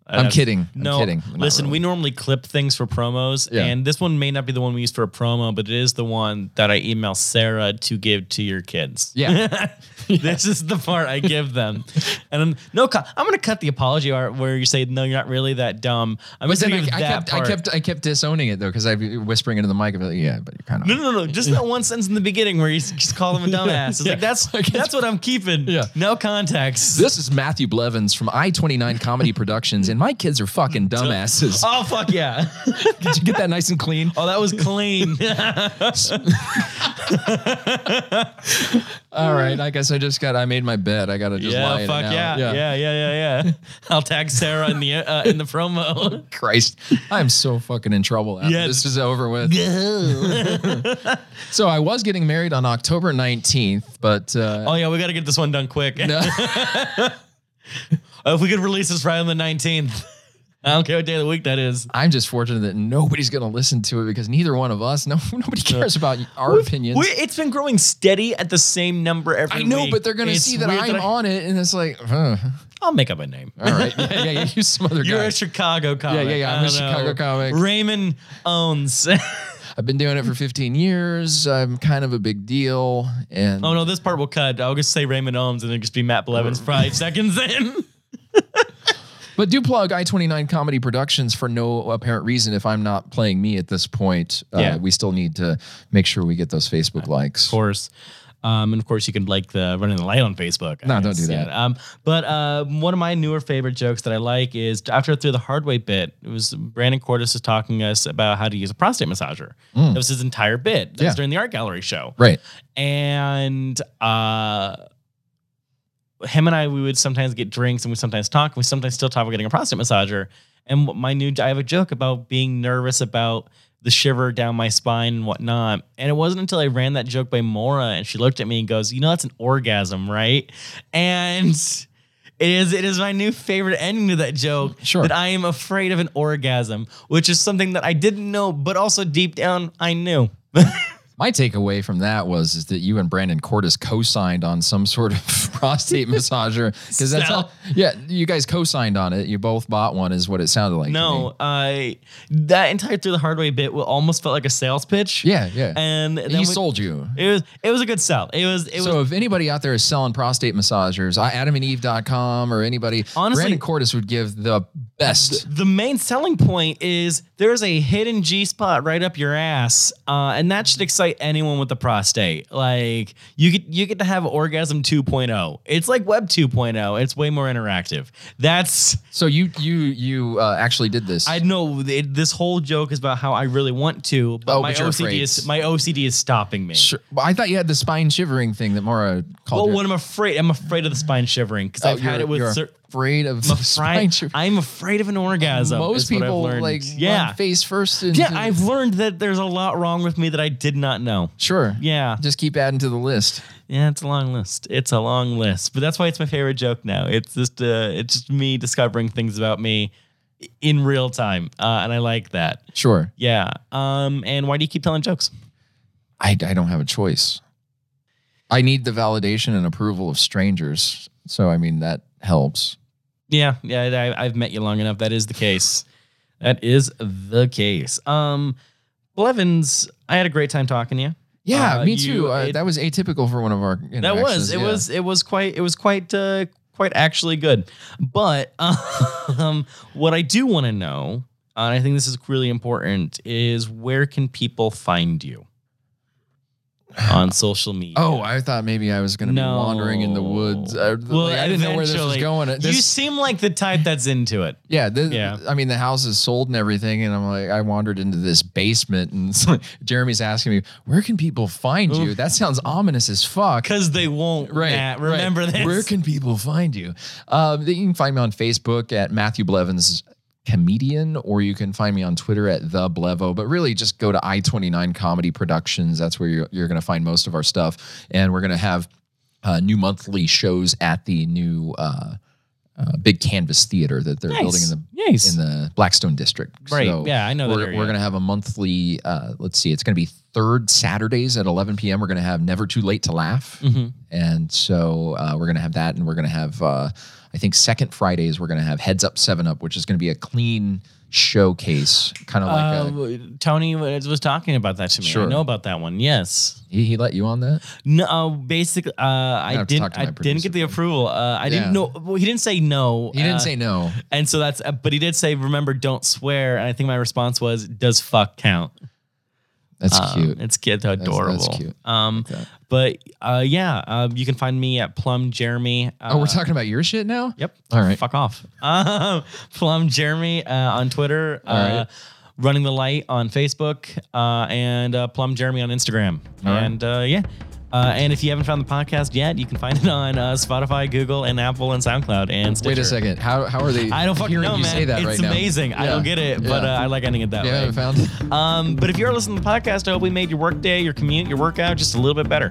Uh,
I'm kidding. I'm
No,
kidding. Not
listen,
really.
we normally clip things for promos,
Yeah.
and this one may not be the one we use for a promo, but it is the one that I email Sarah to give to your kids.
Yeah.
This is the part I give them, and I'm, no, co- I'm gonna cut the apology art where you say, "No, you're not really that dumb."
But
I'm just
then
gonna
I,
give
I
that
kept I
part.
kept I kept disowning it though because I be whispering into the mic. Of like, yeah, but you're kind of
No, no, no, no. Just that one sentence in the beginning where you s- just call him a dumbass. It's
Yeah.
like that's
Like, it's-
that's what I'm keeping.
Yeah.
No context.
This is Matthew Blevins from I29 Comedy Productions, and my kids are fucking dumbasses.
oh fuck yeah.
Did you get that nice and clean?
Oh, that was clean.
All right, I guess I just got I made my bed. I gotta just lie
yeah, Oh,
in it
fuck
now.
yeah. yeah, yeah, yeah, yeah, I'll tag Sarah in the uh, in the promo.
Christ, I'm so fucking in trouble after
Yeah.
this is over with. so I was getting married on October 19th, but uh,
oh yeah, we got to get this one done quick.
no.
Uh, if we could release this right on the 19th, I don't care what day of the week that is.
I'm just fortunate that nobody's going to listen to it because neither one of us, no, nobody cares about our opinions.
We, it's been growing steady at the same number every
I
week.
know, but they're going to
It's
see that
weird
I'm
I-
on it, and it's like, huh.
I'll make up a name.
all right, yeah, yeah, yeah, you some other
You're
guy.
a Chicago comic.
yeah, yeah,
I
I'm a
don't know.
Chicago comic.
Raymond owns.
I've been doing it
Hmm.
for 15 years. I'm kind of a big deal, and
Oh no, this part will cut. I'll just say Raymond Ohms and then just be Matt Blevins five seconds in.
but do plug I29 Comedy Productions for no apparent reason. If I'm not playing me at this point,
Yeah.
uh, we still need to make sure we get those Facebook likes.
Of course. Um, and of course, you can like the running the light on Facebook. I
No, don't
guess.
do that.
Yeah. Um, but uh, one of my newer favorite jokes that I like is after through the hard way bit. It was Brandon Cortis was talking to us about how to use a prostate massager. That was his entire bit. That
Mm. Yeah.
was during the art gallery show.
Right.
and uh him and I we would sometimes get drinks and we sometimes talk and we sometimes still talk about getting a prostate massager and what my new I have a joke about being nervous about the shiver down my spine and whatnot and it wasn't until I ran that joke by Mora and she looked at me and goes you know that's an orgasm right and it is it is my new favorite ending to that joke
Sure.
that I am afraid of an orgasm which is something that I didn't know but also deep down I knew
My takeaway from that was is that you and Brandon Cortis co-signed on some sort of prostate massager because that's
Sell.
all, yeah you guys co-signed on it. You both bought one, is what it sounded like. to me.
No, I that entire through the hard way bit wa- almost felt like a sales pitch.
yeah, yeah.
and then
he
we-
sold you.
It was it was a good sell. It was it was
so if anybody out there is selling prostate massagers, I, adamandeve.com or anybody,
Honestly-
Brandon Cortis would give the best.
the main selling point is there's a hidden G spot right up your ass, uh, and that should excite anyone with the prostate. Like you get you get to have orgasm 2.0. It's like Web 2.0. It's way more interactive. That's
So you you you uh, actually did this.
I know it, this whole joke is about how I really want to, but
Oh,
my
but you're
OCD
afraid.
is my OCD is stopping me.
Sure. Well, I thought you had the spine shivering thing that Mora called.
Well,
your-
what I'm afraid, I'm afraid of the spine shivering because
Oh,
I've had
you're-
it with
you're
cer-
afraid of
I'm
spine
afraid,
shivering.
I'm afraid of an orgasm.
Most
is what I've
people
learned.
like
yeah,
run face first. Into,
yeah. I've learned that there's a lot wrong with me that I did not know.
sure.
Yeah,
Just keep adding to the list.
yeah. It's a long list. It's a long list, but that's why it's my favorite joke now. It's just, uh, it's just me discovering things about me in real time, uh, and I like that.
Sure.
Yeah. Um. And why do you keep telling jokes?
I, I don't have a choice. I need the validation and approval of strangers. So I mean that helps.
Yeah, yeah, I, I've met you long enough. That is the case. That is the case. Um, Blevins, I had a great time talking to you.
Yeah,
Uh,
me
you-
too. Uh,
it-
that was atypical for one of our.
That
interactions,
was it.
yeah.
Was it was quite it was quite uh, quite actually good. But um, what I do want to know, and I think this is really important, is where can people find you on social media?
Oh, I thought maybe I was going to
No.
be wandering in the woods. I,
Well,
like, I didn't know where this was
eventually.
going. Uh, This-
you seem like the type that's into it.
Yeah, this,
Yeah.
I mean, the house is sold and everything, and I'm like, I wandered into this basement, and it's like- Jeremy's asking me, "Where can people find you?" That sounds ominous as fuck.
Because they won't
Right.
Matt,
right.
remember this.
Where can people find you? Um, you can find me on Facebook at Matthew Blevins comedian or you can find me on twitter at the blevo but really just go to i29 comedy productions that's where you're, you're going to find most of our stuff and we're going to have uh, new monthly shows at the new uh, uh, big canvas theater that they're building in the
nice.
in the Blackstone district.
Right.
So
yeah, I know that.
we're,
area.
we're going to have a monthly, uh, let's see, it's going to be third Saturdays at 11 p.m. We're going to have Never Too Late to Laugh.
Mhm.
And so uh, we're going to have that. And we're going to have, uh, I think, second Fridays, we're going to have Heads Up 7 Up, which is going to be a clean showcase, kind of like a.
Uh, Tony was was talking about that to me. I
Sure.
know about that one. Yes.
He, he let you on that?
No. uh, basically, uh, I
have to talk
didn't.
to
I
my
didn't get
producer,
the
Tony.
approval. Uh, I didn't
Yeah.
know. Well, he didn't say no.
He didn't
uh,
say no.
And so that's. Uh, but he did say, remember, don't swear. And I think my response was, does fuck count?
That's
Um,
cute.
It's cute.
that's
Adorable.
cute.
Um,
that.
but uh, yeah, uh, you can find me at Plum Jeremy. Uh,
oh, we're talking about your shit now?
Yep.
All right.
Fuck off. Um, Plum Jeremy uh, on Twitter. Uh,
right.
Running the light on Facebook uh, and uh, Plum Jeremy on Instagram.
All right.
And uh, yeah. Uh, and if you haven't found the podcast yet, you can find it on uh, Spotify, Google, and Apple, and SoundCloud, and Stitcher.
Wait a second. How, how are they
I don't fucking
hearing
know,
you
man.
say that
it's
right now?
amazing. I don't
Yeah.
get it, but uh,
Yeah.
I like ending it that
You
way.
haven't found
um, but if you're listening to the podcast, I hope we made your work day, your commute, your workout just a little bit better.